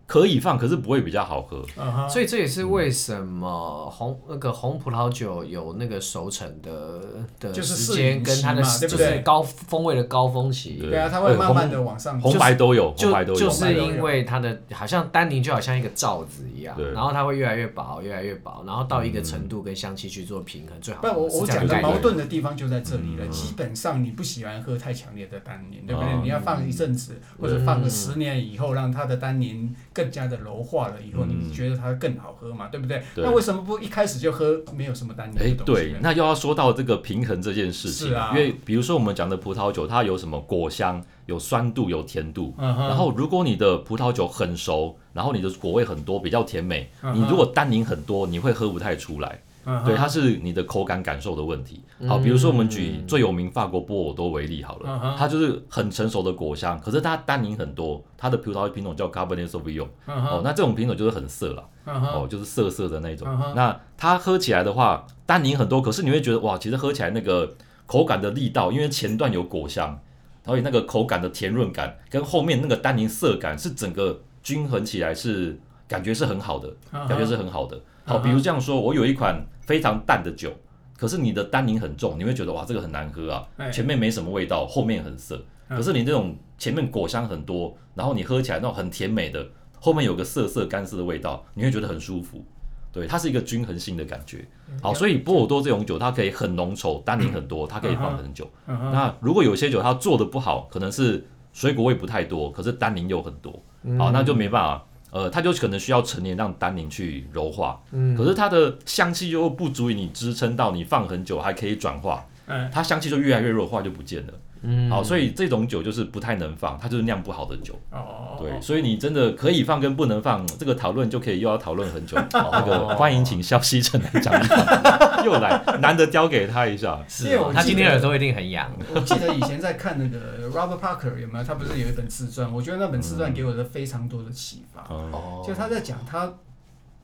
S3: 可以放，可是不会比较好喝。
S2: 嗯哼，
S1: 所以这也是为什么红那个红葡萄酒有那个熟成的的
S2: 就是
S1: 时
S2: 适
S1: 间
S2: 龄
S1: 跟它的
S2: 期嘛对不
S1: 就
S2: 对
S1: 是高风味的高峰期，
S2: 对啊，它会
S3: 对哎
S2: 慢慢的往上走。
S3: 红白都有，红
S1: 就
S3: 白都有，
S1: 就是因为它的好像单宁就好像一个罩子一样
S3: 对，
S1: 然后它会越来越薄，越来越薄，然后到一个程度跟香气去做平衡，最好
S2: 不，我
S1: 是
S2: 我
S1: 这样的
S2: 讲的
S1: 概
S2: 矛
S1: 念。
S2: 盾的地方就在这里了。基本上你不喜欢喝太强烈的单宁，对不对？
S3: 嗯
S2: 你要放一阵子，或者放个十年以后，让它的单宁更加的柔化了以后，你觉得它更好喝嘛？对不对？
S3: 对
S2: 那为什么不一开始就喝没有什么单宁
S3: 哎
S2: 的，东西
S3: 对
S2: 呢？，
S3: 那又要说到这个平衡这件事情，
S2: 是啊
S3: 因为比如说我们讲的葡萄酒，它有什么果香、有酸度、有甜度，
S2: 嗯哼
S3: 然后如果你的葡萄酒很熟，然后你的果味很多，比较甜美，
S2: 嗯哼
S3: 你如果单宁很多，你会喝不太出来。
S2: 嗯哼
S3: 对，它是你的口感感受的问题。好，比如说我们举最有名法国波尔多为例好
S2: 嗯
S3: 了
S2: 哼，
S3: 它就是很成熟的果香，可是它单宁很多，它的葡萄品种叫 Cabernet Sauvignon。
S2: 嗯
S3: 哦，那这种品种就是很涩了。
S2: 嗯哼
S3: 哦，就是涩涩的那种。
S2: 嗯哼
S3: 那它喝起来的话，单宁很多，可是你会觉得哇，其实喝起来那个口感的力道，因为前段有果香，所以那个口感的甜润感跟后面那个单宁涩感是整个均衡起来是感觉是很好的，
S2: 嗯哼
S3: 感觉是很好的。好，比如这样说，我有一款非常淡的酒。可是你的单宁很重，你会觉得哇，这个很难喝啊！
S2: 哎嗯
S3: 前面没什么味道，后面很涩。可是你那种前面果香很多，然后你喝起来那种很甜美的，后面有个涩涩干涩的味道，你会觉得很舒服。对，它是一个均衡性的感觉。
S2: 嗯
S3: 好，所以波尔多这种酒，它可以很浓稠，单宁很多，它可以放很久。
S2: 嗯哼
S3: 那如果有些酒它做的不好，可能是水果味不太多，可是单宁又很多，
S2: 嗯
S3: 好，那就没办法。呃，它就可能需要陈年让单宁去柔化，
S2: 嗯
S3: 可是它的香气又不足以你支撑到你放很久还可以转化，
S2: 嗯
S3: 它香气就越来越弱化就不见了。嗯，好，所以这种酒就是不太能放，它就是酿不好的酒。
S2: 哦，
S3: 对，啊所以你真的可以放跟不能放，这个讨论就可以又要讨论很
S1: (laughs)
S3: 久。好，那个欢迎请肖西成来讲 (laughs) 一讲，又来，难得交给他一下。
S2: 因为我
S1: 他
S2: 记
S1: 今天
S2: 得
S1: 耳朵一定很痒。
S2: 我记得以前在看那个 Robert Parker 有没有？他不是有一本自传？我觉得那本自传给我的非常多的启发。
S3: 嗯，
S1: 哦，
S2: 就他在讲他，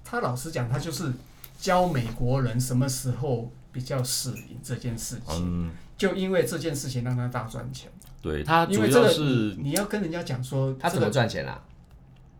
S2: 他老实讲，他就是教美国人什么时候比较适应这件事情。
S3: 嗯，
S2: 就因为这件事情让他大赚钱，
S3: 对，他
S2: 因
S3: 主
S2: 为这
S3: 要
S2: 个
S3: 是
S2: 你要跟人家讲说，
S1: 他怎么赚钱啊？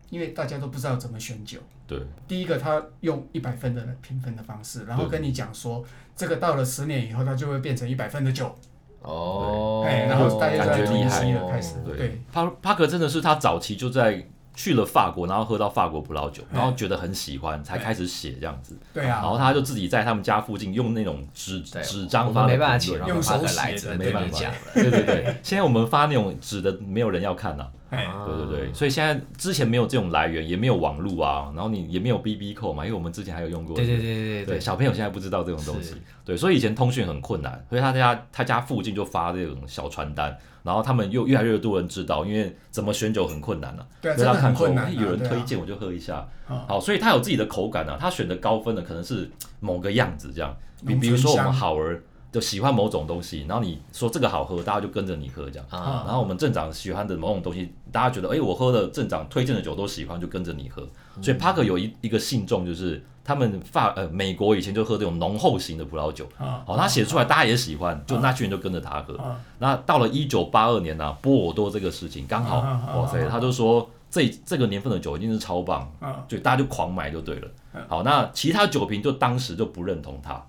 S2: 因为大家都不知道怎么选酒。
S3: 对，
S2: 第一个，他用一百分的评分的方式，然后跟你讲说，这个到了十年以后，它就会变成一百分的酒。
S1: 哦，
S2: 哎然后大家就
S3: 在分析
S2: 了开始对
S3: 对，帕帕克真的是他早期就在去了法国，然后喝到法国葡萄酒，然后觉得很喜欢，才开始写这样子。
S2: 对
S3: 然
S2: 啊，
S3: 后他就自己在他们家附近用那种纸
S1: 对
S3: 纸张
S1: 我
S3: 发
S1: 们
S3: 的
S1: 没办法
S3: 评
S1: 请
S3: 论
S2: 用
S1: 让他
S2: 手
S1: 的
S2: 写
S1: 来
S2: 的
S1: 着，
S3: 没
S1: 跟
S3: 办
S1: 你
S3: 法
S1: 讲。
S3: 对 (laughs) 对对，现在我们发那种纸的，没有人要看呐、
S1: 啊
S2: 哎，
S3: 对对对，所以现在之前没有这种来源，也没有网络啊，然后你也没有 BB 扣嘛，因为我们之前还有用过。
S1: 对对对对
S3: 对
S1: 对，
S3: 小朋友现在不知道这种东西
S1: 是，
S3: 对，所以以前通讯很困难，所以他家他家附近就发这种小传单，然后他们又越来越多人知道，因为怎么选酒很困难了、啊，
S2: 对啊
S3: 所以他
S2: 真的很
S3: 看说
S2: 困难啊
S3: 哎有人
S2: 对啊
S3: 推荐我就喝一下，
S2: 嗯
S3: 好，所以他有自己的口感啊，他选的高分的可能是某个样子这样，比
S2: 浓醇
S3: 比如说我们
S2: 香
S3: 好儿就喜欢某种东西，然后你说这个好喝，大家就跟着你喝这样。
S2: 嗯
S1: 啊，
S3: 然后我们镇长喜欢的某种东西，大家觉得，哎、我喝的镇长推荐的酒都喜欢，就跟着你喝。
S2: 嗯
S3: 所以 Parker 有一一个信众，就是他们法呃美国以前就喝这种浓厚型的葡萄酒，
S2: 啊
S3: 好、他写出来大家也喜欢，
S2: 嗯
S3: 就那群人就跟着他喝。
S2: 啊
S3: 那到了一九八二年呢、波尔多这个事情刚好，
S2: 啊啊啊
S3: 哇塞，哦他就说这这个年份的酒一定是超棒，
S2: 啊，
S3: 对，大家就狂买就对了。好，那其他酒瓶就当时就不认同他。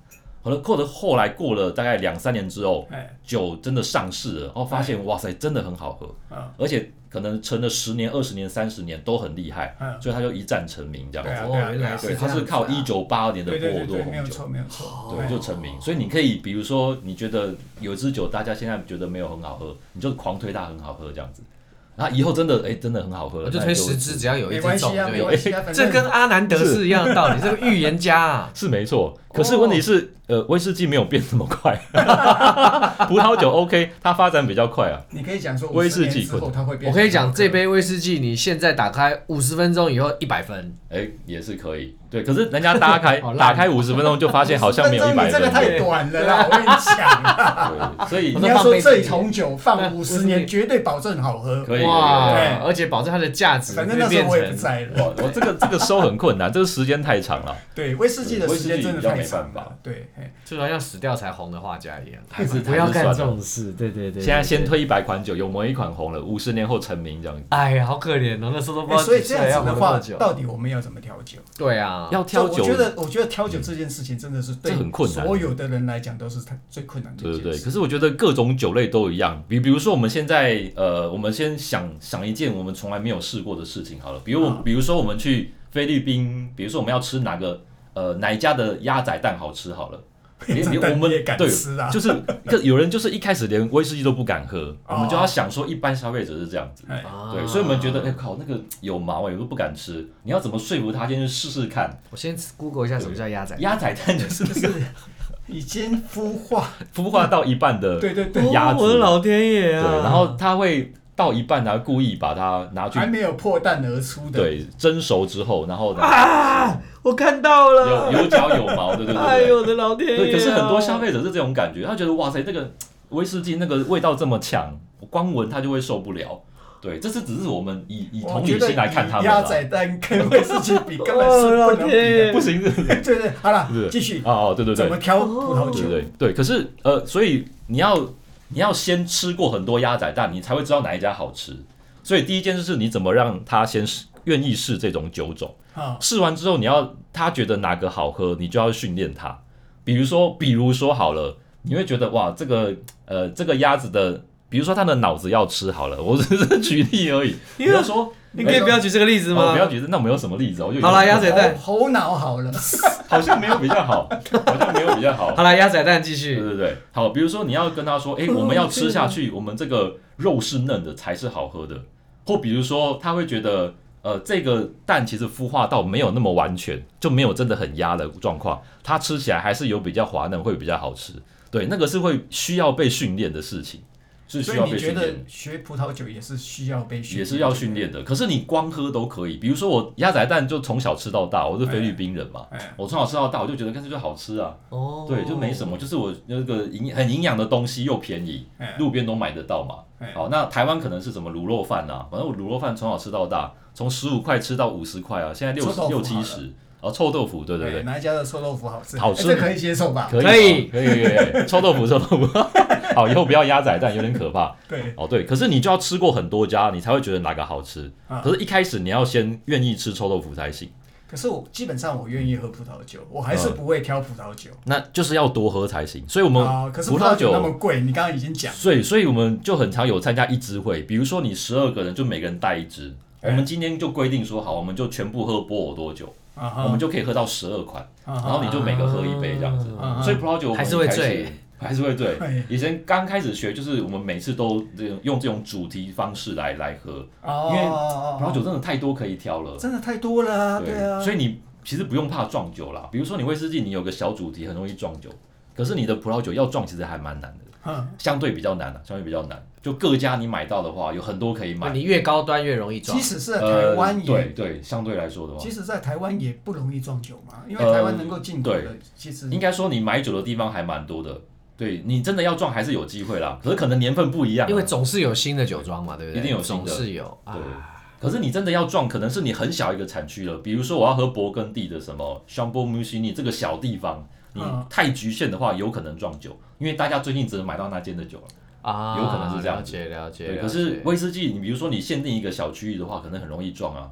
S3: 好了，过了后来过了大概两三年之后，
S2: 哎，
S3: 酒真的上市了，然后发现哇塞，真的很好喝，
S2: 嗯
S3: 而且可能存了十年、二十年、三十年都很厉害，
S2: 嗯
S3: 所以他就一战成名这样
S2: 对啊
S3: 子。
S1: 哦，原来
S3: 对，
S1: 是
S3: 他是靠一
S1: 一，
S3: 九八二年的
S2: 对
S3: 波
S2: 对对
S3: 尔多
S2: 对，没有
S3: 红酒，
S2: 错没有错，
S3: 对，就成名。所以你可以，比如说，你觉得有一支酒大家现在觉得没有很好喝，你就狂推它很好喝这样子，然后以后真的哎真的很好喝，
S1: 我就
S3: 那
S1: 推
S3: 你
S1: 十支，只要有一
S2: 没
S1: 支
S2: 关
S1: 中
S2: 系啊，
S1: 就
S2: 没
S1: 有
S2: 关。系啊，反
S1: 这
S2: 正
S1: 跟阿南德是一样的道理，这个预言家啊，
S3: 是没错，可是问题是，呃，威士忌没有变那么快， (laughs) 葡萄酒 OK，它发展比较快啊。
S2: 你可以讲说
S3: 威士忌
S2: 50年之后它会变，
S1: 我可以讲这杯威士忌，你现在打开五十分钟以后一百分，
S3: 哎，也是可以，对。可是人家打开
S1: 好烂
S3: 打开五十分钟就发现好像没有
S2: 分
S3: 一
S2: 钟
S3: 百
S1: (laughs)
S2: 你这
S3: 分
S2: 个太短了啦，我跟你
S3: (laughs)
S2: 讲，
S3: 对，所以
S1: 我
S2: 你
S1: 都
S2: 要
S1: 放
S2: 说
S1: 杯子里
S2: 这一桶酒
S3: (laughs)
S2: 放五十年，绝对保证好喝。
S3: 可以。
S1: 哇
S2: 对，
S1: 而且保证它的价值
S2: 反正
S1: 会
S2: 那时
S1: 变
S2: 候我也不
S1: 成。
S2: 在了。
S3: 我我这个这个收很困难，这个时间太长了，
S2: 对，威士忌的时间真的
S3: 威
S2: 太
S3: 士忌比较没
S2: 长
S3: 办法
S2: 了。对，嘿
S1: 就好像死掉才红的画家一样，
S3: 还是
S4: 不要
S3: 还是
S4: 干
S3: 算
S4: 这
S3: 了
S4: 种事，对对对对。
S3: 现在先推一百款酒，有某一款红了，五十年后成名这样子。
S4: 哎呀，好可怜哦，那时候都不知
S2: 哎
S4: 道
S2: 所以
S4: 几
S2: 这
S4: 岁
S2: 样
S4: 了要
S2: 子
S4: 活多
S2: 的话
S4: 久，。
S2: 到底我们要怎么调酒？
S1: 对啊，
S3: 要挑
S2: 这
S3: 酒
S2: 我，觉得，我觉得挑酒这件事情真的是对
S3: 这很困难
S2: 所有的人来讲都是他最困难的
S3: 对
S2: 一
S3: 对
S2: 件
S3: 对。
S2: 事。
S3: 可是我觉得各种酒类都一样，比比如说我们现在呃，我们先想想一件我们从来没有试过的事情好了，比如我、
S2: 啊
S3: 比如说我们去菲律宾，比如说我们要吃哪个呃哪一家的鸭仔蛋好吃好了。
S2: (laughs)
S3: 连连
S2: 真的
S3: 我们
S2: 你也敢
S3: 对
S2: 吃啊
S3: 就是可有人就是一开始连威士忌都不敢喝，我们就
S2: (laughs)
S3: 要
S2: 哦
S3: 想说一般消费者是这样子，
S2: 哎
S1: 啊
S3: 对，所以我们觉得哎、靠那个有毛哎、我都不敢吃，你要怎么说服他先去试试看？
S1: 我先 Google 一下什么叫鸭仔，
S3: 鸭仔蛋就是那个 (laughs)
S2: 已经孵化，
S3: 孵化到一半的
S2: (laughs) 对对啊对，
S3: 鸭
S4: 哦
S3: 子，
S4: 我的老天爷啊！
S3: 对，然后他会到一半呢、故意把它拿去
S2: 还没有破蛋而出的。
S3: 对蒸熟之后，然后呢
S4: 啊，我看到了，
S3: 有有角有毛，对对
S1: (laughs)
S4: 哎
S3: 对
S4: 呦，
S3: 对
S4: 我的老天爷、啊！
S3: 对。可是很多消费者是这种感觉，他觉得哇塞，这个威士忌那个味道这么强，我光闻他就会受不了。对，这是只是我们以以
S2: 我
S3: 同
S2: 觉
S3: 理
S2: 得
S3: 心来看他
S2: 以
S3: 们
S2: 鸭
S3: 啦
S2: 仔蛋跟威士忌比，根本
S4: (laughs) 哦
S2: 是不
S4: 老
S2: 能
S4: 天
S2: 比的。
S4: 爷
S3: 不行，是不是
S2: 对对，好了
S3: 是，
S2: 继续
S3: 哦哦，对对对
S2: 怎，么挑葡萄
S3: 对
S2: 酒？
S3: 对对。可是呃，所以你要你要先吃过很多鸭仔蛋，你才会知道哪一家好吃。所以第一件事是你怎么让他先试愿意试这种酒种。
S2: 啊，
S3: 试完之后，你要他觉得哪个好喝，你就要训练他。比如说，比如说好了，你会觉得哇，这个呃，这个鸭子的比如说他的脑子要吃好了，我只是举例而已。你要说，
S4: 你可以不要举这个例子
S3: 哦
S4: 吗？
S3: 不要举例，那我们有什么例子？哦我就
S4: 好啦鸭嘴蛋
S2: 猴猴脑好了，
S3: (laughs) 好像没有比较好，好像没有比较好。
S4: 好啦，鸭仔蛋继
S3: 对
S4: 续。
S3: 对对，好，比如说你要跟他说，哎、我们要吃下去，我们这个肉是嫩的才是好喝的，或比如说他会觉得，呃，这个蛋其实孵化到没有那么完全，就没有真的很压的状况，它吃起来还是有比较滑嫩，会比较好吃。对，那个是会需要被训练的事情，是
S2: 所
S3: 需
S2: 以
S3: 要
S2: 你
S3: 被
S2: 觉
S3: 训
S2: 得
S3: 练的。
S2: 学葡萄酒也是需要被训，
S3: 也是要训。练的，可是你光喝都可以。比如说我鸭仔蛋就从小吃到大，我是菲律宾人嘛，
S2: 哎哎
S3: 我从小吃到大，我就觉得干脆就好吃啊。
S1: 哦
S3: 对，就没什么，就是我那个营很营养的东西又便宜
S2: 哎，
S3: 路边都买得到嘛。
S2: 哎
S3: 好，那台湾可能是什么卤肉饭啊，反正我卤肉饭从小吃到大，从十五块吃到五十块啊，现在六
S2: 臭豆腐
S3: 六七
S2: 好
S3: 十。哦，臭豆腐，对对
S2: 哎
S3: 对，
S2: 哪一家的臭豆腐好吃？
S3: 好吃
S2: 哎这可以接受吧？
S3: 可以
S4: 可以
S3: 啊可以可以可以，臭豆腐臭豆腐， (laughs) 好，以后不要鸭仔蛋，有点可怕。
S2: 对，
S3: 哦，对，可是你就要吃过很多家，你才会觉得哪个好吃
S2: 啊。
S3: 可是，一开始你要先愿意吃臭豆腐才行，
S2: 可是我基本上我愿意喝葡萄酒，我还是不会挑葡萄酒。
S3: 那就是要多喝才行。所以，我们
S2: 啊，可是
S3: 葡
S2: 葡
S3: 萄
S2: 萄
S3: 酒
S2: 酒那么贵，你刚刚已经讲，
S3: 所以，所以我们就很常有参加一支会，比如说你十二个人，就每个人带一支。我
S2: 哎
S3: 们今天就规定说好，我们就全部喝波尔多酒，
S2: 啊
S3: 我们
S2: 哈，啊
S3: 就可以喝到十二款，
S2: 然
S3: 然后你就每个喝一杯这样子。
S2: 啊哈
S3: 所以葡萄酒我们
S4: 还是会
S3: 一开始
S4: 醉，
S3: 还是会醉
S2: 哎。
S3: 以前刚开始学，就是我们每次都这种用这种主题方式来来喝，因为
S2: 哦，
S3: 葡萄酒真的太多可以挑了。
S2: 真的太多了啊，对啊，
S3: 所以你其实不用怕撞酒啦。比如说你威士忌，你有个小主题，很容易撞酒。可是你的葡萄酒要撞，其实还蛮难的。
S2: 嗯
S3: 相对比较难了、啊相对比较难。就各家你买到的话，有很多可以买。
S1: 你越高端越容易撞
S2: 即。使是在台湾
S3: 呃、
S2: 也
S3: 对对，相对来说的话
S2: 其，实，在台湾也不容易撞酒嘛，因为
S3: 呃
S2: 台湾能够进口的
S3: 对，
S2: 其实
S3: 应该说你买酒的地方还蛮多的。对你真的要撞还是有机
S2: 嗯
S3: 会啦，可是可能年份不一样啊、
S1: 因为总是有新的酒庄嘛，对不对？
S3: 一定有新的
S1: 总是有
S3: 对
S1: 啊。
S3: 可是你真的要撞，可能是你很小一个产区了。比如说我要喝勃艮第的什么 c h a m b o m u s i n 这个小地方，你
S2: 嗯
S3: 太局限的话，有可能撞酒，因为大家最近只能买到那间的酒了。
S1: 啊，
S3: 有可能是这样
S1: 了
S3: 子
S1: 解了解。
S3: 对，
S1: 了
S3: 可是
S1: 解
S3: 威士忌，你比如说你限定一个小区域的话，可能很容易撞啊，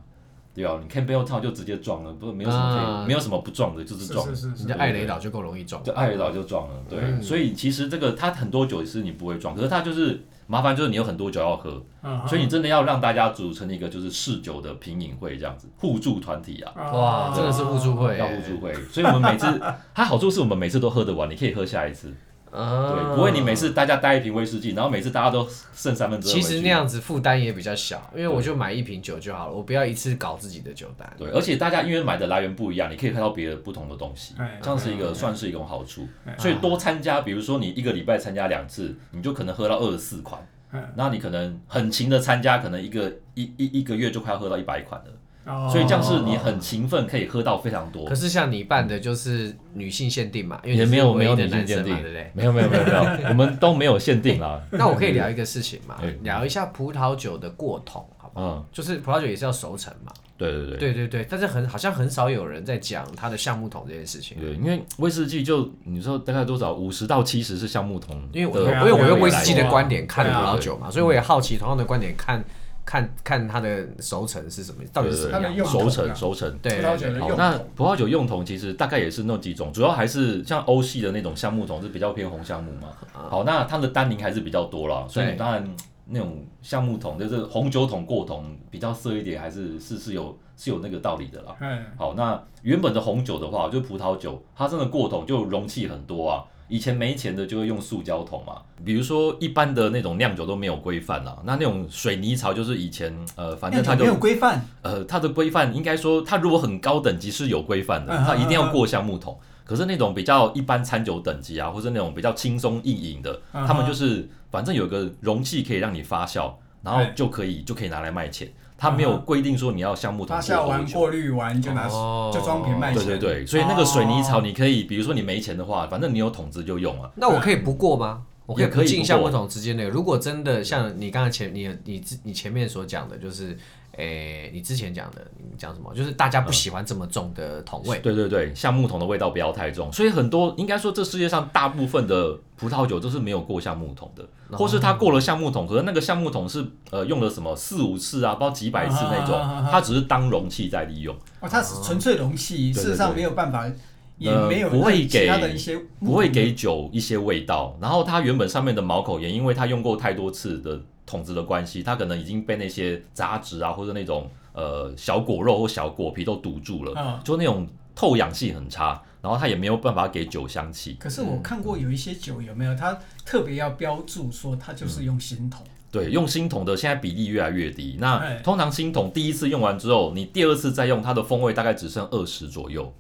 S3: 对啊，你 Campbell Town 就直接撞了，不是没有什么可以、
S1: 啊
S3: 没有什么不撞的，就是
S2: 是
S3: 撞
S2: 是是
S1: 你
S2: 是
S1: 的爱雷岛就够容易撞
S3: 就，爱尔岛就撞了，对，
S1: 嗯
S3: 所以其实这个它很多酒是你不会撞，可是它就是麻烦就是你有很多酒要喝，
S1: 啊
S2: 嗯
S3: 所以你真的要让大家组成一个就是试酒的品饮会这样子，互助团体啊。
S1: 嗯哇，真的是互助会，
S3: 要互助会，所以我
S1: (laughs)
S3: 们每次它好处是我们每次都喝得完，你可以喝下一次，
S1: 啊，
S3: 对，不会你每次大家带一瓶威士忌，然后每次大家都剩三分之二回
S1: 其
S3: 去。
S1: 实那样子负担也比较小，因为我就买一瓶酒就好了，我不要一次搞自己的酒单。
S3: 对，而且大家因为买的来源不一样，你可以看到别的不同的东西
S2: 哎，
S3: 这样是一个算是一种好处。所以多参加，比如说你一个礼拜参加两次，你就可能喝到二十四款
S2: 嗯。
S3: 那你可能很勤的参加，可能一个一一一个月就快要喝到一百款了，
S2: 哦
S3: 所以这样是你很勤奋，可以喝到非常多
S1: 可。是像你办的就是女性限定嘛，因为
S3: 哦也没有没有
S1: 女
S3: 女性限
S1: 限定，
S3: 定
S1: 对不对，？
S3: 没有没有没有没 (laughs) 有，我们都没有限定 (laughs) 啦。
S1: 那我可以聊一个事情嘛
S3: 哎，
S1: 聊一下葡萄酒的过桶，好吧？
S3: 嗯，
S1: 就是葡萄酒也是要熟成嘛，
S3: 对对对
S1: 对对对，但是很好像很少有人在讲它的橡木桶这件事情，
S3: 对，因为威士忌就你说大概多少，五十到七十是橡木桶的，
S1: 因为我
S2: 对啊
S1: 因为我用
S2: 对啊
S1: 威士忌的观点看葡
S2: 对啊
S1: 萄酒嘛，所以我也好奇同样的观点看看看它的熟成是什么，到底是什么
S3: 对对
S2: 它
S1: 样
S2: 的？用
S3: 熟
S2: 桶
S3: 成
S2: 啊
S3: 熟成。
S1: 对，
S2: 葡萄酒的
S3: 好
S2: 用，
S3: 那
S2: 途
S3: 葡萄酒用桶其实大概也是那几种，主要还是像欧系的那种橡木桶是比较偏红橡木嘛。好，那它的单宁还是比较多啦，所以
S1: 对
S3: 你当然那种橡木桶就是红酒桶过桶比较涩一点，还是是是有是有那个道理的啦。
S2: 嗯，
S3: 好，那原本的红酒的话，就葡萄酒，它真的过桶就容器很多啊。以前没钱的就会用塑胶桶嘛，比如说一般的那种酿酒都没有规范啦。那那种水泥槽就是以前呃，反正它
S2: 酿酒
S3: 就
S2: 没有规范，
S3: 呃，它的规范应该说，它如果很高等级是有规范的，
S2: 嗯
S3: 它一定要过橡木桶。可是那种比较一般餐酒等级啊，或者那种比较轻松易饮的，
S2: 嗯哼
S3: 他们就是反正有个容器可以让你发酵，然后就可以就可以拿来卖钱。它没有规定说你要橡木桶
S2: 发
S3: 过
S2: 酵
S3: 多
S2: 完
S3: 久。
S2: 过滤完就拿
S1: 哦
S2: 就装瓶卖
S3: 对
S2: 钱，哦
S3: 对对，所以那个水泥槽你可以，比如说你没钱的话，反正你有桶子就用啊。
S1: 那我可以不过吗？我可以
S3: 也可以
S1: 进
S3: 不
S1: 橡木
S3: 过
S1: 桶之间那个。如果真的像你刚才前你你之你前面所讲的，就是诶、你之前讲的，你讲什么？就是大家不喜欢这么重的桶味。
S3: 对对对，橡木桶的味道不要太重，所以很多应该说这世界上大部分的葡萄酒都是没有过橡木桶的，
S2: 哦
S3: 或是它过了橡木桶，可是那个橡木桶是呃用了什么四五次啊，不知道几百次那
S2: 啊啊啊啊
S3: 种
S2: 啊，
S3: 它只是当容器在利用。
S2: 哦，它是纯粹容器，
S3: 对对
S2: 事实上
S3: 对
S2: 没有办法也没有
S3: 呃不会
S2: 让其他
S3: 给
S2: 的一些
S3: 不会给酒一些味道。然后它原本上面的毛孔也因为它用过太多次的桶子的关系，它可能已经被那些杂质啊或者那种呃小果肉或小果皮都堵住了，
S2: 啊。
S3: 就那种透氧性很差。然后它也没有办法给酒香气。
S2: 可是我看过有一些酒有没有，它特别要标注说它
S3: 嗯
S2: 就是用新桶，
S3: 对，用新桶的现在比例越来越低。
S2: 哎
S3: 那通常新桶第一次用完之后，你第二次再用，它的风味大概只剩二十左右。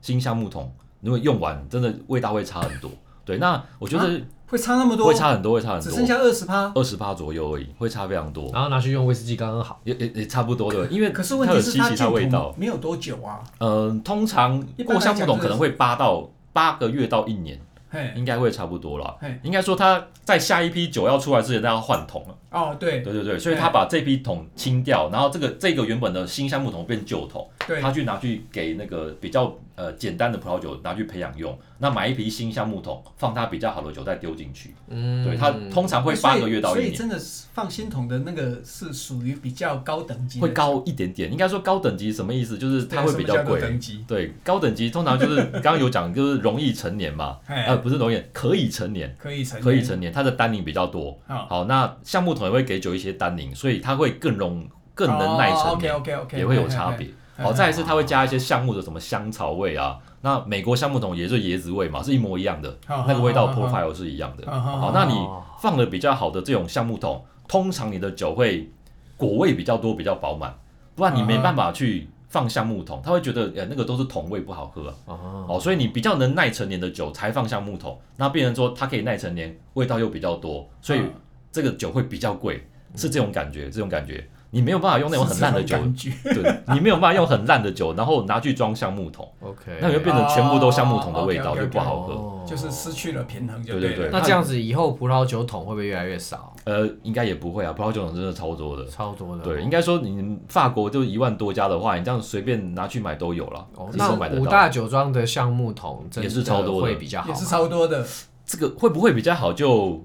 S3: 新橡木桶如果用完，真的味道会差很多。对，那我觉得
S2: 会啊差那么多
S3: 会，差很多，会差很
S2: 只
S3: 多。
S2: 剩下二十趴。
S3: 二十八左右而已，会差非常多，
S1: 然后拿去用威士忌刚刚好。
S3: 也也也差不多的，因为
S2: 可是
S3: 它
S2: 问
S3: 有
S2: 题是
S3: 稀
S2: 它
S3: 奇
S2: 进
S3: 它味
S2: 桶
S3: 道。
S2: 没有多久啊，
S3: 嗯，通常
S2: 一般来
S3: 过橡
S2: 讲哎
S3: 木桶
S2: 这个
S3: 可能会八到八个月到一年，
S2: 嘿，
S3: 应该会差不多啦
S2: 嘿。
S3: 应该说它在下一批酒要出来之前，它要换桶了。
S2: 哦对
S3: 对对对，所以他把这批桶清掉，然后这个这个原本的新橡木桶变旧桶，
S2: 对
S3: 他去拿去给那个比较呃简单的葡萄酒拿去培养用。那买一批新橡木桶，放它比较好的酒再丢进去。
S1: 嗯
S3: 对，它通常会
S2: 所
S3: 八
S2: 以
S3: 个月到
S2: 所以
S3: 一年。
S2: 真的是放新桶的那个是属于比较高等级的，
S3: 会高一点点，应该说高等级什么意思？就是它会比较
S2: 对什么叫
S3: 贵
S2: 做。等级，
S3: 对，高等级通常就是刚刚有讲，就是容易成年嘛，
S2: 哎
S3: 呃，不是容易，可以成年，
S2: 可以成哦
S3: 可以成年，它的单宁比较多。
S2: 好
S3: 好，那橡木桶也会给酒一些单宁，所以它会更容更能耐成年，
S2: 哦 OK OK，
S3: 也会有差别。好，再来是它会加一些橡木的什么香草味啊，那美国橡木桶也是椰子味嘛，是一模一样的，
S2: 好
S3: 那个味道
S2: 好好好
S3: profile 是一样的。
S2: 好好
S3: 好，那你放了比较好的这种橡木桶，通常你的酒会果味比较多，比较饱满，不然你
S2: 啊
S3: 没办法去放橡木桶，他会觉得呃那个都是桶味不好喝啊。
S2: 嗯
S1: 哦，
S3: 哦，所以你比较能耐成年的酒才放橡木桶，那变成说它可以耐成年，味道又比较多，所以
S2: 嗯
S3: 这个酒会比较贵，是这种感觉，这种感觉。你没有办法用那种很烂的
S2: 是这，
S3: 酒
S2: 种感觉
S3: 对你没有办法用很烂的酒，然后拿去装橡木桶，
S1: OK，
S3: 那你就变成全部都橡木桶的味道，
S2: 哦
S3: 就不好喝。
S1: 哦
S2: 就是失去了平衡就
S3: 对对
S2: 了。
S3: 对
S1: 那这样子以后葡萄酒桶会不会越来越少？
S3: 呃，应该也不会啊，葡萄酒桶真的超多的。
S1: 超多的。哦
S3: 对，应该说你法国就一万多家的话，你这样随便拿去买都有了，
S1: 哦，
S3: 至
S1: 那
S3: 少买得
S1: 五
S3: 到。
S1: 大酒庄的橡木桶真
S3: 也是超多的
S1: 会比较好
S2: 也
S1: 吗，
S2: 是超多的，
S3: 这个会不会比较好就？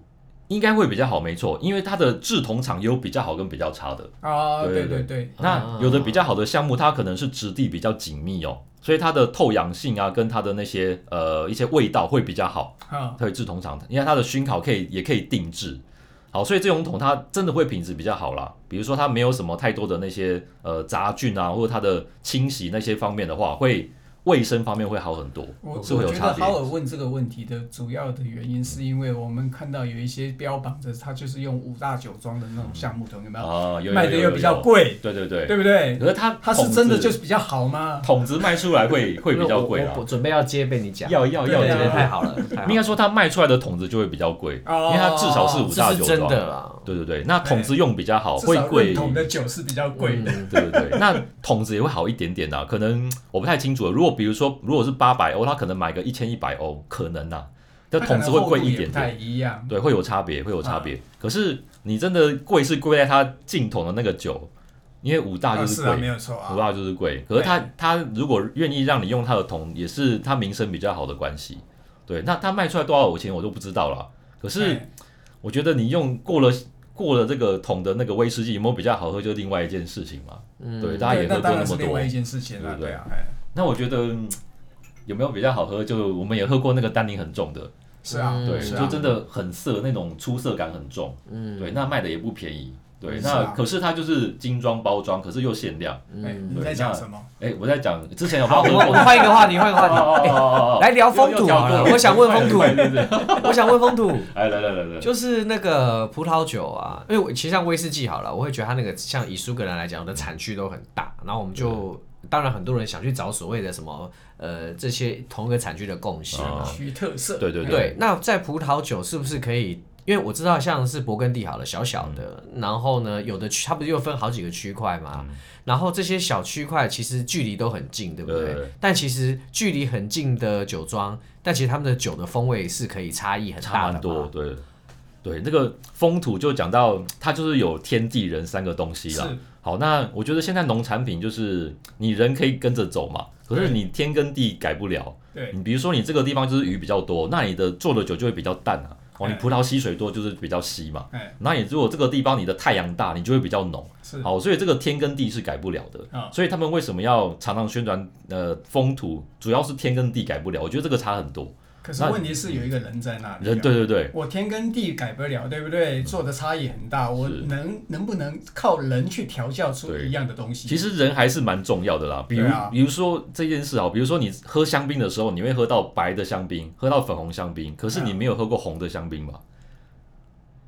S3: 应该会比较好，没错，因为它的制桶厂也有比较好跟比较差的。
S2: 啊，
S3: 对
S2: 对
S3: 对
S2: 对对，
S3: 那有的比较好的项目，它可能是质地比较紧密哦，所以它的透氧性啊，跟它的那些呃一些味道会比较好。
S2: 啊，
S3: 它有制桶厂，因为它的熏烤可以也可以定制。好，所以这种桶它真的会品质比较好啦。比如说它没有什么太多的那些呃杂菌啊，或者它的清洗那些方面的话，会卫生方面会好很多
S2: 我，
S3: 是会
S2: 我
S3: 有
S2: 觉
S3: 差
S2: 得
S3: 别
S2: 哈。尔问这个问题的主要的原因，是因为我们看到有一些标榜着它就是用五大酒庄的那种橡木桶，有没有？
S3: 啊，有
S2: 卖的又比较，贵，
S3: 有有有对对对。
S2: 对不对？
S3: 可是它
S2: 它
S3: 桶
S2: 是
S3: 子
S2: 真的就是比较好吗？
S3: 桶子卖出来会会比较贵
S1: 因为
S3: 啦
S1: 我。我准备要接被你讲，
S3: 要要
S2: 对
S3: 要
S2: 啊
S3: 接，
S1: 太好了，太好了
S3: 应该说它卖出来的桶子就会比较贵，
S2: 哦
S3: 因为它至少是五大
S1: 这
S3: 酒
S1: 是
S3: 庄
S1: 真。的啦。
S3: 对对对，那桶子用比较好，
S2: 至
S3: 会
S2: 少
S3: 贵
S2: 认。桶的酒是比较贵的。
S1: 嗯
S3: 对对对，那桶子也会好一点点呐、可能我不太清楚了。如果比如说，如果是八百欧，他可能买个一千一百欧，可能呐、
S2: 它
S3: 但桶子会贵
S2: 可能
S3: 一
S2: 厚度也
S3: 点
S2: 不太嗯
S3: 点，
S2: 一样。
S3: 对，会有差别，会有差别。可是你真的贵是贵在它进桶的那个酒，因为五大就
S2: 啊
S3: 是
S2: 是啊，没
S3: 贵，
S2: 有错
S3: 五
S2: 啊。
S3: 大就是贵。可是他他如果愿意让你用他的桶，也是他名声比较好的关系。对，那他卖出来多少钱我都不知道啦。可是
S2: 哎
S3: 我觉得你用过了过了这个桶的那个威士忌有没有比较好喝，就是另外一件事情嘛。
S1: 嗯
S3: 对，大家也
S2: 对，
S3: 喝
S2: 那
S3: 过
S2: 当
S3: 那
S2: 然是
S3: 么
S2: 另
S3: 多
S2: 外。一件事情了，
S3: 对对
S2: 对啊，哎
S3: 那我觉得嗯有没有比较好喝，就我们也喝过那个单宁很重的，
S2: 是啊，
S1: 嗯
S3: 对，
S2: 是
S3: 就
S2: 啊，
S3: 真的很涩，那种出色感很重。嗯，对，那卖的也不便宜。对，
S2: 是
S3: 那
S2: 啊
S3: 可是它就是精装包装，可是又限量。
S2: 哎，你
S3: 嗯对
S2: 在
S3: 那
S2: 讲什么？
S3: 哎，我在讲之前有没
S1: 好，
S3: 有
S1: 我
S3: 喝
S1: 们
S3: 过？
S1: 我们换一个话题，换一个话题，
S3: 哦哦哦
S1: 来聊风土好了。我想问风土，我想问风土，
S3: 哎，来来来来，
S1: 就是那个葡萄酒啊，因为我其实像威士忌好了，我会觉得它那个像以苏格兰来讲的产区都很大，然后我们就当然很多人想去找所谓的什么呃这些同一个产区的共性嘛。
S3: 哦
S2: 区特色，哎
S3: 对对
S1: 对，那在葡萄酒是不是可以？因为我知道像是勃艮第好了，小小的，
S3: 嗯
S1: 然后呢，有的区它不是又分好几个区块嘛，然后这些小区块其实距离都很近，对不对？
S3: 对
S1: 但其实距离很近的酒庄，但其实他们的酒的风味是可以差异很
S3: 差
S1: 大的
S3: 蛮
S1: 嘛
S3: 多，。对。对，那个风土就讲到，它就是有天地人三个东西啦。
S2: 是
S3: 好，那我觉得现在农产品就是你人可以跟着走嘛，可是
S2: 对
S3: 你天跟地改不了。
S2: 对
S3: 嗯你比如说你这个地方就是鱼比较多，那你的做的酒就会比较淡啊。哦，你葡萄吸水多就是比较稀嘛。
S2: 哎，
S3: 那你如果这个地方你的太阳大，你就会比较浓。
S2: 是
S3: 好，所以这个天跟地是改不了的。
S2: 啊
S3: 所以他们为什么要常常宣传呃风土，主要是天跟地改不了。我觉得这个差很多。
S2: 可是
S3: 那
S2: 问题是有一个人在那里、啊，
S3: 人对对对，
S2: 我天跟地改不了，对不对？做的差异很大，我
S3: 嗯是
S2: 能能不能靠人去调教出
S3: 对
S2: 一样的东西？
S3: 其实人还是蛮重要的啦。比如、
S2: 对啊
S3: 比如说这件事啊，比如说你喝香槟的时候，你会喝到白的香槟，喝到粉红香槟，可是你
S2: 嗯
S3: 没有喝过红的香槟吧？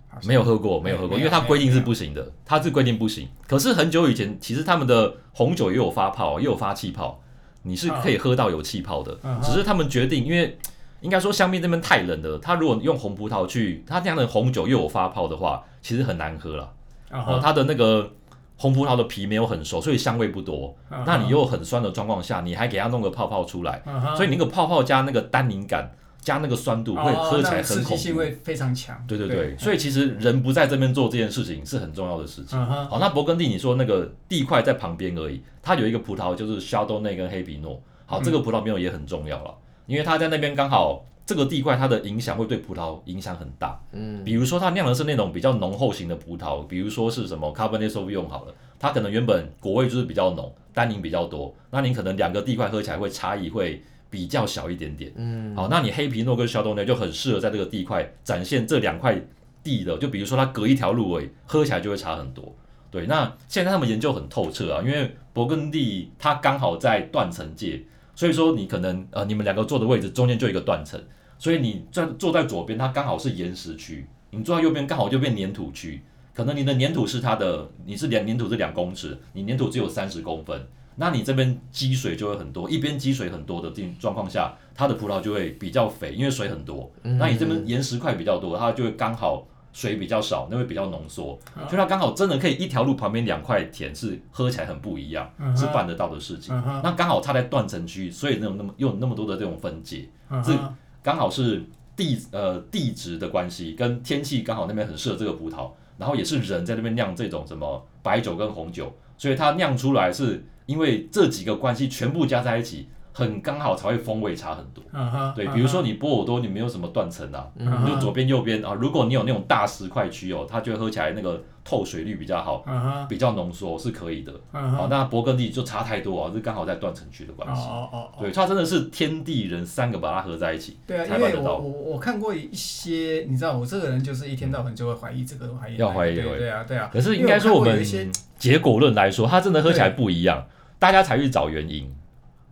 S2: 好像
S3: 没有喝过，没有
S2: 对
S3: 喝
S2: 啊没
S3: 过，
S2: 有
S3: 因为它规定
S2: 没
S3: 是
S2: 有
S3: 不行的，它是规定不行。可是很久以前，其实他们的红酒也有发泡，啊也有发气泡，你是可以喝到有气泡的。
S2: 嗯
S3: 只是他们决定，因为应该说香槟这边太冷了，它如果用红葡萄去，它这样的红酒又有发泡的话，其实很难喝了。
S2: 啊
S3: 哦，
S2: 哈，
S3: 它的那个红葡萄的皮没有很熟，所以香味不多。
S2: 嗯
S3: 那你又很酸的状况下，你还给它弄个泡泡出来，
S2: 啊哈
S3: 所以你那个泡泡加那个单宁感，加那个酸度，会
S2: 哦
S3: 喝起
S2: 那
S3: 来很
S2: 刺
S3: 恐
S2: 激性
S3: 怖。
S2: 会非常强。
S3: 对对
S2: 对
S3: 对，，所以其实人不在这边做这件事情是很重要的事情。
S2: 嗯哼，
S3: 好，那勃艮第你说那个地块在旁边而已，它有一个葡萄就是 Chardonnay 跟黑皮诺。好，这个葡萄品种也很重要了，因为它在那边刚好这个地块它的影响会对葡萄影响很大。嗯，比如说它酿的是那种比较浓厚型的葡萄，比如说是什么 Cabernet Sauvignon 好了，它可能原本果味就是比较浓，单宁比较多，那你可能两个地块喝起来会差异会。比较小一点点，嗯，好，那你黑皮诺跟 Chardonnay 就很适合在这个地块展现这两块地的，就比如说它隔一条路而已，喝起来就会差很多。对，那现在他们研究很透彻啊，因为勃艮第它刚好在断层界，所以说你可能呃你们两个坐的位置中间就有一个断层，所以你坐坐在左边，它刚好是岩石区；你坐在右边，刚好就变粘土区。可能你的粘土是它的，你是两粘土是两公尺，你粘土只有三十公分，那你这边积水就会很多，一边积水很多的地状况下，它的葡萄就会比较肥，因为水很多。那你这边岩石块比较多，它就会刚好水比较少，那会比较浓缩，
S2: 啊
S3: 所以它刚好真的可以一条路旁边两块田是喝起来很不一样，
S2: 嗯哼
S3: 是办得到的事情。
S2: 嗯哼，
S3: 那刚好它在断层区，所以那种那么又有那么多的这种分界，
S2: 嗯
S3: 这
S2: 哼，
S3: 刚好是地呃地质的关系，跟天气刚好那边很适合这个葡萄，然后也是人在那边酿这种什么白酒跟红酒，所以它酿出来是因为这几个关系全部加在一起，很刚好才会风味差很多。
S2: 嗯哼，
S3: 对，
S2: 嗯
S3: 比如说
S2: 哼，
S3: 你波尔多，你没有什么断层啊，
S2: 嗯
S3: 你就左边右边啊。如果你有那种大石块区哦，它就会喝起来那个透水率比较好，
S2: 嗯哼，
S3: 比较浓缩是可以的。
S2: 嗯
S3: 好，
S2: 哼，
S3: 那勃艮第就差太多啊，这刚好在断层区的
S2: 哦
S3: 关系。
S2: 哦哦哦，
S3: 对，它真的是天地人三个把它合在一起，
S2: 对啊，
S3: 才
S2: 因
S3: 办
S2: 为
S3: 得
S2: 我
S3: 到。
S2: 我我看过一些，你知道，我这个人就是一天到晚就会怀疑这个怀疑那个，
S3: 要怀疑
S2: 对对啊对啊。
S3: 可是应该说我
S2: 因为我看过有
S3: 们
S2: 一些
S3: 结果论来说，它真的喝起来不一样，大家才去找原因，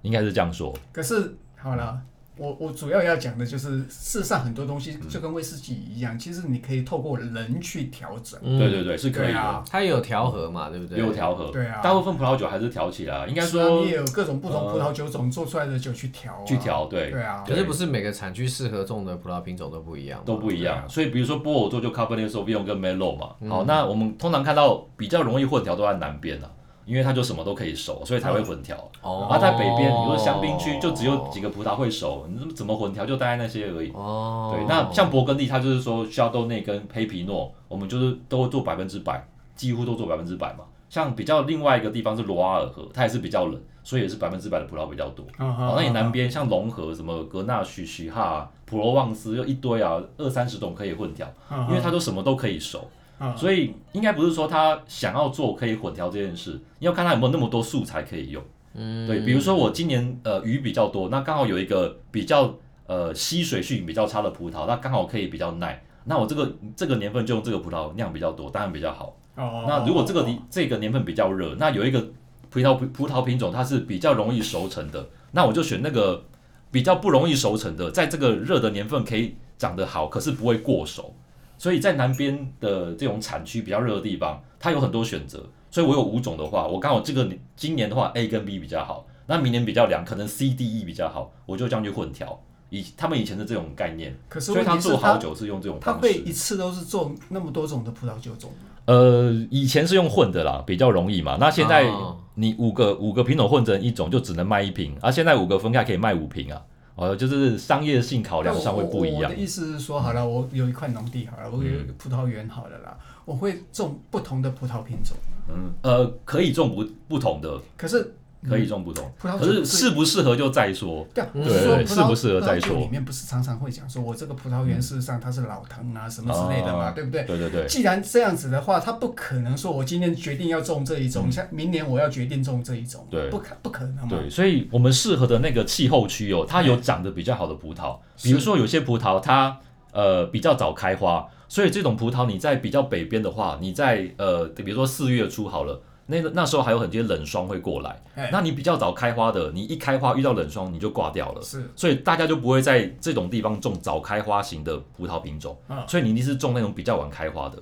S3: 应该是这样说。
S2: 可是好了，我我主要要讲的就是，事实上很多东西就跟威士忌一样，其实你可以透过人去调整。
S1: 嗯
S3: 对对对，是可以
S2: 对
S3: 的
S2: 啊，
S1: 它也有调和嘛，对不对？
S3: 有调和。
S2: 对啊
S3: 大部分葡萄酒还是调起来，应该
S2: 是啊
S3: 说呃
S2: 你也有各种不同葡萄酒种做出来的酒去调、啊，
S3: 去。调，对，
S2: 对啊，
S1: 可是不是每个产区适合种的葡萄品种都不一样吗，
S3: 都不一
S2: 对
S3: 样。
S2: 啊
S3: 所以比如说波尔多就 Cabernet Sauvignon 跟 Merlot 嘛，好，那我们通常看到比较容易混调都在南边啊，因为它就什么都可以熟，所以才会混调。
S1: 哦
S3: 然。啊后在北边，你说香槟区就只有几个葡萄会熟，你怎么怎么混调就大概那些而已。
S1: 哦，
S3: 对，那像勃艮第，它就是说肖豆内跟黑皮诺，我们就是都做百分之百，几乎都做百分之百嘛。像比较另外一个地方是罗瓦尔河，它也是比较冷，所以也是百分之百的葡萄比较多。
S2: 嗯
S3: 好、
S2: 哼
S3: 哦那你南边像龙河、什么格纳许、许哈、普罗旺斯，又一堆啊，二三十种可以混调，
S2: 嗯哼
S3: 因为它都什么都可以熟，
S2: 嗯
S3: 所以应该不是说他想要做可以混调这件事，你要看他有没有那么多素材可以用。嗯，对，比如说我今年呃鱼比较多，那刚好有一个比较呃吸水性比较差的葡萄，那刚好可以比较耐。那我这个这个年份就用这个葡萄酿比较多，当然比较好。
S2: 哦，
S3: 那如果这个地这个年份比较热，那有一个葡萄葡萄品种它是比较容易熟成的，那我就选那个比较不容易熟成的，在这个热的年份可以长得好，可是不会过熟。所以在南边的这种产区比较热的地方，它有很多选择。所以我有五种的话，我刚好这个年今年的话 A 跟 B 比较好，那明年比较凉，可能 C、D、E 比较好，我就这样去混调。以他们以前的这种概念，
S2: 可是
S3: 所以
S2: 问
S3: 他
S2: 题是
S3: 做好酒是用这种
S2: 他
S3: 方
S2: 会
S3: 式
S2: 一。次都是种那么多种的葡萄酒种，
S3: 呃，以前是用混的啦，比较容易嘛。那现在
S1: 哦
S3: 你五个、五个品种混成一种，就只能卖一瓶，而、现在五个分开可以卖五瓶啊。哦，就是商业性考量上会不一
S2: 我我我
S3: 样嗯
S2: 的。意思是说，好了，我有一块农地好了，我有一个葡萄园好了啦，我会种不同的葡萄品种。
S3: 嗯，呃，可以种不不同的，
S2: 可是
S3: 可以种不同，
S2: 葡萄酒
S3: 可是
S2: 最
S3: 适不适合就再说。
S2: 对啊，
S3: 嗯
S2: 我是说
S3: 对对
S2: 葡
S3: 适
S2: 萄
S3: 不适合
S2: 葡萄嗯
S3: 再
S2: 酒
S3: 说
S2: 里面不是常常会讲说我这个葡萄园事实上它是老藤啊什么之类的嘛，
S3: 哦
S2: 对不对？
S3: 对对对，
S2: 既然这样子的话，他不可能说我今天决定要种这一种，像明年我要决定种这一种，
S3: 对
S2: 不可不可能嘛。
S3: 对，所以我们适合的那个气候区哦，它
S2: 哎
S3: 有长得比较好的葡萄，比如说有些葡萄它呃比较早开花，所以这种葡萄你在比较北边的话，你在呃比如说四月初好了。那个那时候还有很多冷霜会过来
S2: 哎，
S3: 那你比较早开花的，你一开花遇到冷霜你就挂掉了，
S2: 是
S3: 所以大家就不会在这种地方种早开花型的葡萄品种，
S2: 嗯
S3: 所以你一定是种那种比较晚开花的。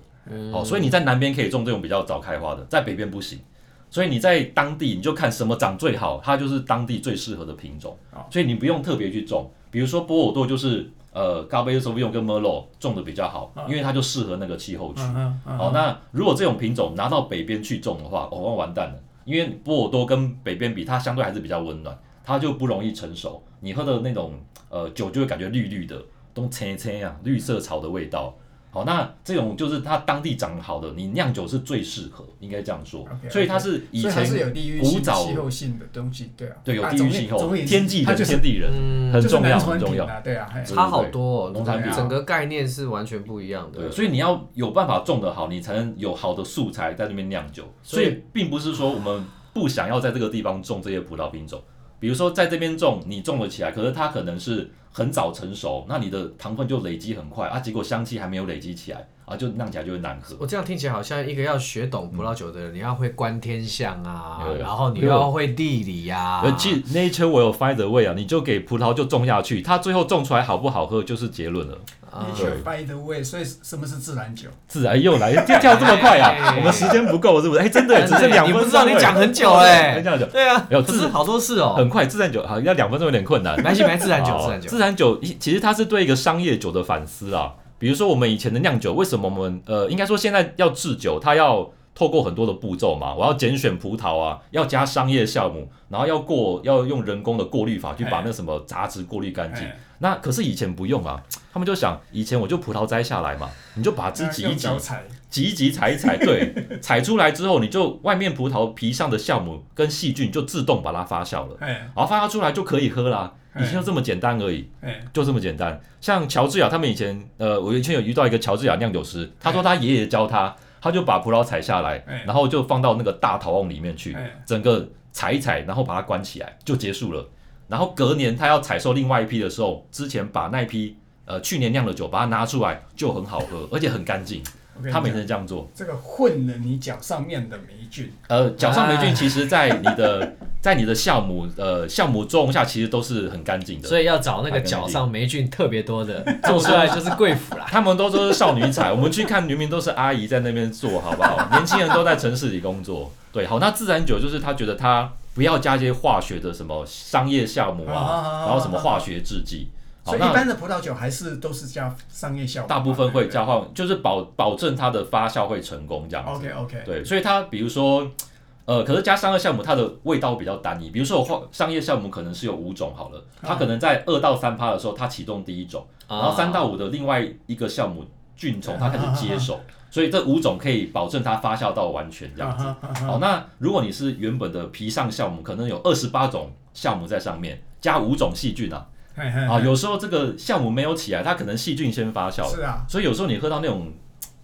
S3: 哦，所以你在南边可以种这种比较早开花的，在北边不行。所以你在当地你就看什么长最好，它就是当地最适合的品种。所以你不用特别去种，比如说波尔多就是呃 g a b e r n e t s a u v i g n 跟 Merlot 种的比较好，因为它就适合那个气候区。
S2: 嗯嗯嗯，
S3: 好、那如果这种品种拿到北边去种的话，哦，那完蛋了，因为波尔多跟北边比，它相对还是比较温暖，它就不容易成熟。你喝的那种呃酒就会感觉绿绿的，都青青啊，绿色草的味道。好，那这种就是它当地长好的，你酿酒是最适合，应该这样说。
S2: OK，OK
S3: 所以它是以
S2: 所以还
S3: 前
S2: 是有地域
S3: 古
S2: 性、
S3: 早
S2: 气候性的东西，对啊，
S3: 对有
S2: 啊
S3: 地
S2: 总
S3: 域
S2: 而
S3: 性
S2: 总
S3: 后
S2: 而言之
S3: 天际
S2: 它
S3: 人
S2: 就是
S3: 天地人
S1: 嗯，
S3: 很
S2: 就是
S3: 重
S2: 南
S3: 要
S2: 川
S3: 很重
S2: 品
S3: 要。
S2: 啊，对啊，嘿
S3: 对
S1: 差好多、哦，
S3: 农产
S2: 品
S1: 整个概念是完全不一样
S3: 啊对，
S1: 的。
S3: 所以你要有办法种得好，你才能有好的素材在那边酿酒。所以并不是说我们不想要在这个地方种这些葡萄品种，比如说在这边种，你种了起来，可是它可能是很早成熟，那你的糖分就累积很快啊，结果香气还没有累积起来啊，就酿起来就会难喝。
S1: 我这样听起来好像一个要学懂葡萄酒的人，你要会观天象啊
S3: 有，有
S1: 然后你又要会地理啊呀、
S3: 而嗯其实 nature will find a way 啊，你就给葡萄就种下去，它最后种出来好不好喝就是结论了。
S1: 啊，
S2: ，nature by the way，所以什么是自然酒？
S3: 自然啊又来，就跳这么快啊！
S1: 哎
S3: (laughs) 我们时间不够是不是？哎， (laughs) 真的只
S1: 真的
S3: 剩两
S1: 你
S3: 分钟而已。
S1: 不知道你讲很久
S3: (laughs)
S1: 嘞
S3: 很讲很久欸
S1: 对啊，
S3: 没有
S1: 可
S3: 自
S1: 是好多事哦，
S3: 很快，自然酒好像要两分钟有点困难
S1: 没。关系，没
S3: (laughs)
S1: 关系，自然酒，
S3: 哦
S1: 自然酒
S3: 自，然酒一其实它是对一个商业酒的反思啊。比如说我们以前的酿酒，为什么我们呃，应该说现在要制酒，它要透过很多的步骤嘛，我要拣选葡萄啊，要加商业项目，然后要过要用人工的过滤法去
S1: 哎
S3: 把那什么杂质过滤干净
S2: 哎。
S3: 那可是以前不用啊，他们就想以前我就葡萄摘下来嘛，你就把枝挤一
S2: 用
S1: 哎
S3: 挤，
S2: 脚踩，
S3: 挤一挤采
S1: (laughs)
S3: 一采，对，采出来之后，你就外面葡萄皮上的酵母跟细菌就自动把它发酵了。
S2: 哎
S3: 然后发酵出来就可以喝啦。以前就这么简单而已，
S2: 哎，
S3: 就这么简单。像乔治亚他们以前，呃，我以前有遇到一个乔治亚酿酒师，他说他爷爷教他，他就把葡萄采下来
S2: 哎，
S3: 然后就放到那个大陶瓮里面去
S2: 哎，
S3: 整个采一采，然后把它关起来就结束了。然后隔年他要采收另外一批的时候，之前把那一批呃去年酿的酒把它拿出来就很好
S2: (laughs)
S3: 喝，而且很干净。
S2: 我跟你
S3: 他每
S2: 讲
S3: 天这样做。
S2: 这个混了你脚上面的霉菌，
S3: 呃，角上霉菌其实在你
S2: (laughs)
S3: 的在你的酵母呃酵母作用下，其实都是很干净的。
S1: 所以要找那个脚上霉菌特别多的，
S3: 做
S1: 做
S3: 出
S1: 出
S3: 来
S1: 来就是贵妇啦。
S3: 啊他们都说是少女彩，我 (laughs) 们去看明明都是阿姨在那边做好不好？年轻人都在城市里工作，对，好，那自然酒就是他觉得他不要加一些化学的什么商业酵母啊，
S2: 啊
S3: 然后什么化学制剂，好，
S2: 所以一
S3: 那
S2: 般的葡萄酒还是都是加商业效果嘛，
S3: 大部分会
S2: 对
S3: 交换，就是保保证它的发酵会成功这样
S2: 不
S3: 子
S2: 对。OK OK，
S3: 对，所以它比如说，呃，可是加商业酵母，它的味道比较单一。比如说我化商业酵母可能是有五种好了，
S2: 啊
S3: 它可能在二到三趴的时候，它启动第一种，然后三到五的另外一个酵母菌虫，它开始接
S2: 啊
S3: 手， (laughs) 所以这五种可以保证它发酵到完全这样
S2: 啊
S3: 子。好，那如果你是原本的皮上酵母，可能有二十八种酵母在上面，加五种细菌啊，
S2: 嘿嘿
S3: 啊，有时候这个酵母没有起来，它可能细菌先发酵了，
S2: 是啊，
S3: 所以有时候你喝到那种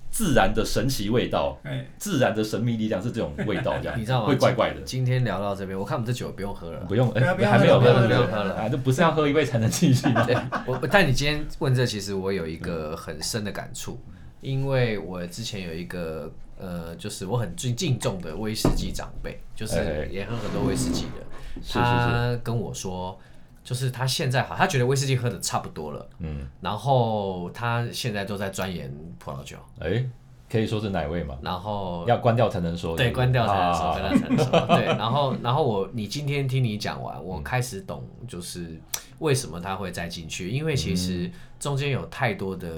S3: 自然的神奇味道。
S2: 哎，
S3: 自然的神秘力量是这种味道， (laughs) 这样
S1: 你知道吗
S3: 会怪怪的。
S1: 今天聊到这边，我看我们这酒不用喝了。
S3: 不用，哎、
S2: 不要
S3: 还没有
S2: 不
S3: 喝
S2: 要不
S3: 对对
S2: 要
S3: 对
S1: 不要
S3: 啊，这不是要喝一杯才能继续吗？ (laughs)
S1: 对我，我但你今天问这，其实我有一个很深的感触，因为我之前有一个呃，就是我很敬敬重的威士忌长辈，就是
S3: 哎哎
S1: 也喝很多威士忌的，
S3: 是是是
S1: 他跟我说。就是他现在好，他觉得威士忌喝的差不多了，嗯，然后他现在都在钻研葡萄酒，
S3: 哎、可以说是哪位嘛？
S1: 然后
S3: 要哦关掉才能说。
S1: 对，
S3: 不
S1: 关掉才能
S3: 啊
S1: 说，关掉才能说。
S3: (laughs)
S1: 对，然后然后我你今天听你讲完，
S3: 嗯
S1: 我开始懂就是为什么他会再进去，因为其
S3: 嗯
S1: 实中间有太多的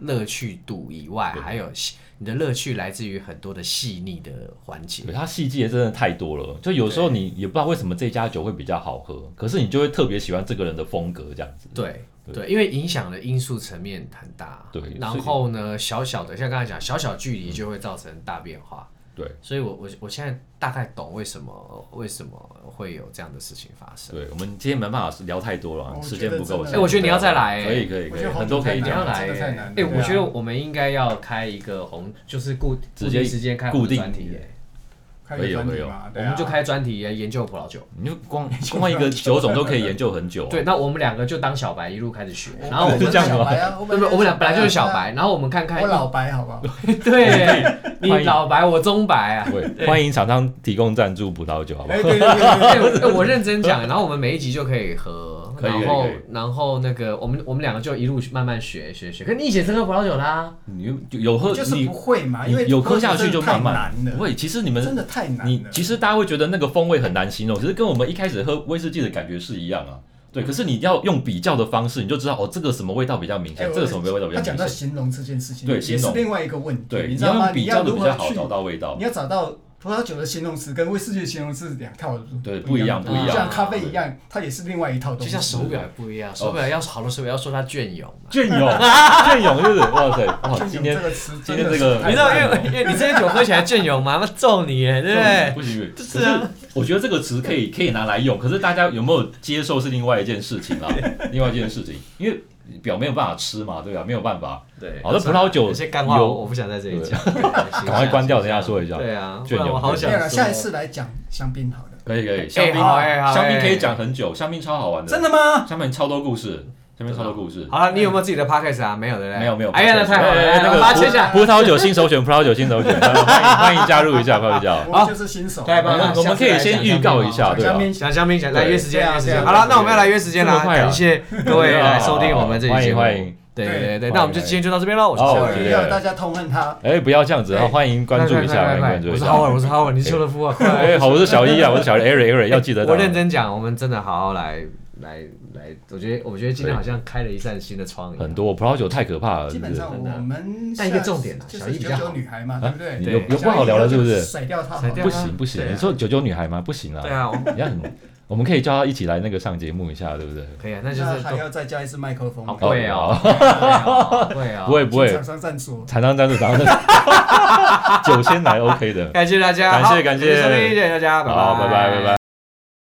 S1: 乐趣度以外，还有细你的乐趣来自于很多的细腻的环节。
S3: 对它细节真的太多了，就有时候你也不知道为什么这家酒会比较好喝，可是你就会特别喜欢这个人的风格这样子。
S1: 对对，因为影响的因素层面很大。
S3: 对
S1: 然后呢，小小的像刚才讲，小小距离就会造成大变化。
S3: 嗯对
S1: 所以我我我现在大概懂为什么为什么会有这样的事情发生。
S3: 对，我们今天没办法聊太多了，
S2: 我
S3: 时
S2: 觉
S3: 间
S2: 得
S3: 不
S2: 真
S3: 够。
S2: 的
S3: 现
S2: 哎
S3: 在
S2: 我
S1: 觉得你要再来
S3: 可以可以
S2: 我
S3: 可
S2: 觉
S3: 以，
S2: 得红
S3: 很多可以
S2: 烛
S1: 你
S2: 太
S3: 讲
S1: 要
S2: 难
S1: 来
S2: 了
S3: 的。
S2: 真的太
S1: 耶
S2: 难！了
S1: 哎，
S2: 对
S1: 我
S2: 啊
S1: 觉得我们应该要开一个红，就是固
S3: 直接
S1: 固定时间开
S3: 固定
S1: 红专题耶，
S2: 开
S3: 可
S2: 个
S3: 以有
S2: 专
S3: 可以
S2: 题
S3: 有
S2: 嘛，
S1: 我
S2: 对啊
S1: 们就开专题来研究葡萄酒。
S3: 你就光光一个酒种都可以研究很久、啊。
S1: 对，那我们两个就当小白一路开始学，然后我
S2: 我
S1: 们
S2: 哦 (laughs) 是
S3: 这样
S2: 小
S3: 吗
S2: 白啊，我
S1: 对不对？我们俩本来就是小
S2: 啊，
S1: 白，然后我们看看
S2: 我，老白好不好？
S1: (laughs) 对，你
S3: 欢迎
S1: 老白，我中白啊。
S3: 对，欢迎厂商提供赞助葡萄酒，好不好
S2: 哎，？对对对对
S1: 哎我哎我认真讲，然后我们每一集就可以喝，
S3: 可以
S1: 然后
S3: 可以可以
S1: 然后那个我们我们两个就一路慢慢学学学。可你以前是喝葡萄酒啦、
S3: 你就有喝
S2: 对，就是
S3: 你
S2: 不会嘛，
S3: 你
S2: 啊因为
S3: 有喝下去就慢慢
S2: 太难了，
S3: 不会。其实你
S2: 真
S3: 们
S2: 的太难了。
S3: 你其实大家会觉得那个风味很难形容，其实跟我们一开始喝威士忌的感觉是一样啊。对，可是你要用比较的方式，你就知道哦，这个什么味道比较明
S2: 哎
S3: 显，
S2: 我
S3: 这个什么味道比较
S2: 他讲到
S3: 明显。
S2: 形容这件事情，
S3: 对
S2: 也
S3: 形
S2: 是
S3: 容
S2: 另外一个问题，
S3: 对，
S2: 你
S3: 你
S2: 知道
S3: 要
S2: 吗？
S3: 用比
S2: 你
S3: 较
S2: 要
S3: 的
S2: 如
S3: 比
S2: 何
S3: 较好
S2: 去
S3: 找到味道
S2: 你。要找到葡萄酒的形容词跟威士忌的形容词两套，
S3: 对
S2: 不
S3: 不
S1: 一样
S2: 就像
S1: 不一样
S2: 咖啡一样，它也是另外一套东
S1: 就
S2: 西。
S1: 像手表也不一样，手表要好的手表要说它隽永嘛。
S3: 隽
S2: (laughs)
S3: 永，隽永就是哇塞，哇，
S2: 隽
S3: 今
S2: 永
S3: 天
S2: 这个词真
S3: 今天
S2: 的
S3: 这
S2: 是
S3: 个
S2: 太
S1: 你知
S3: 你知
S1: 道，
S3: 道
S1: 因
S3: 因
S1: 为
S3: 为
S1: 因为你这些酒喝起来隽永嘛，那揍你耶，对不
S3: (laughs)
S1: 对？
S3: 不行，不
S1: 是啊
S3: 可是我觉得这个词可以可以拿来用，可是大家有没有接受是另外一件
S2: (laughs)
S3: 事情啦，另外一件事情，因为表没有办法吃嘛，对吧、啊没有办法，
S1: 对
S3: 好的葡萄酒
S1: 有些干话
S3: 有
S1: 我不想在这里讲，
S3: (laughs) 赶
S2: 啊
S1: 赶
S3: 快关掉，等一下说一下。
S1: 对啊，不
S3: 隽永
S1: 然我好想
S2: 没有了，
S1: 说
S2: 下一次来讲香槟好了。
S3: 可以可以，香
S1: 哎
S3: 槟、
S1: 好哎好
S3: 香槟
S1: 哎
S3: 可以讲很久，香槟超好玩的，
S2: 真的吗？
S3: 香槟超多故事，香槟超多故事。
S1: 好了，你有没有自己的 podcast 啊？没有对不对？
S3: 没有没有，
S1: 哎呀，那太好了，
S3: 哎哎
S1: 来
S3: 那个
S1: 来把它写起来。
S3: 葡葡萄酒新首选，葡萄酒新
S1: (laughs)
S3: 首选，欢迎欢迎加入一下，欢迎加入。
S2: 我们就是新手，啊
S1: 太棒了
S3: 我们我们可以先预告一下，啊对吧、啊
S2: 香槟
S1: 想香槟，想来
S3: 对
S1: 约时间，
S2: 对啊
S1: 约时间。
S2: 对啊
S1: 好了，那我们要来约时间
S3: 这
S1: 了，
S3: 么快啊
S1: 感谢各位来收听我们这期节目。
S3: 欢迎欢迎
S1: 对对对对，
S3: 对
S1: 那我们就今天就到这边喽。我是
S3: 好
S1: 邱
S3: 我
S1: 文
S3: 觉
S1: 宇
S3: 得
S2: 要大家痛恨他。
S3: 哎、不要这样子啊！
S1: 哎
S3: 欢迎关注一下，欢迎关注
S1: 我
S3: 一
S1: 是
S3: 下。
S1: Howard，我是 Howard，你是邱德夫啊，快来
S3: 哎、好，我是小
S1: (laughs)
S3: 一啊，我是小 Eric Eric，要记得打。
S1: 哎我认真讲，我们真的好好来来来，我觉得我觉得今天好像开了一扇新的窗一样
S3: 很，多葡萄酒太可怕了，
S2: 基
S3: 是不
S2: 本
S3: 是
S2: 上我们
S1: 但一个重点啊
S2: 就
S1: 小
S2: 是
S1: 姨比
S2: 九
S1: 较好
S2: 九女孩嘛，对不对？
S3: 啊你
S1: 对
S3: 有有不好聊了，是不是？
S2: 甩掉他好
S1: 甩
S2: 了，
S1: 掉
S3: 不行不
S2: 对
S3: 行，
S2: 啊
S3: 你说九九女孩吗？不行
S1: 对
S3: 啊，
S1: 啊，我们
S3: 你看， (laughs) 我们可以叫她一起来那个上节目一下，对不对？
S1: 可以啊，那
S2: 那
S1: 就
S2: 还
S1: 是
S2: 要再加一次麦克风
S1: 好
S2: 嘛，
S1: 贵哦，好贵哦，
S3: 不会不
S2: 请
S3: 会
S2: 厂，商赞助。
S3: 常常赞助，常常 (laughs) 酒先来 OK 的。
S1: 感谢大家，
S3: 感谢
S1: 好
S3: 感谢
S1: 谢谢收听谢谢大家，
S3: 好，拜拜拜拜。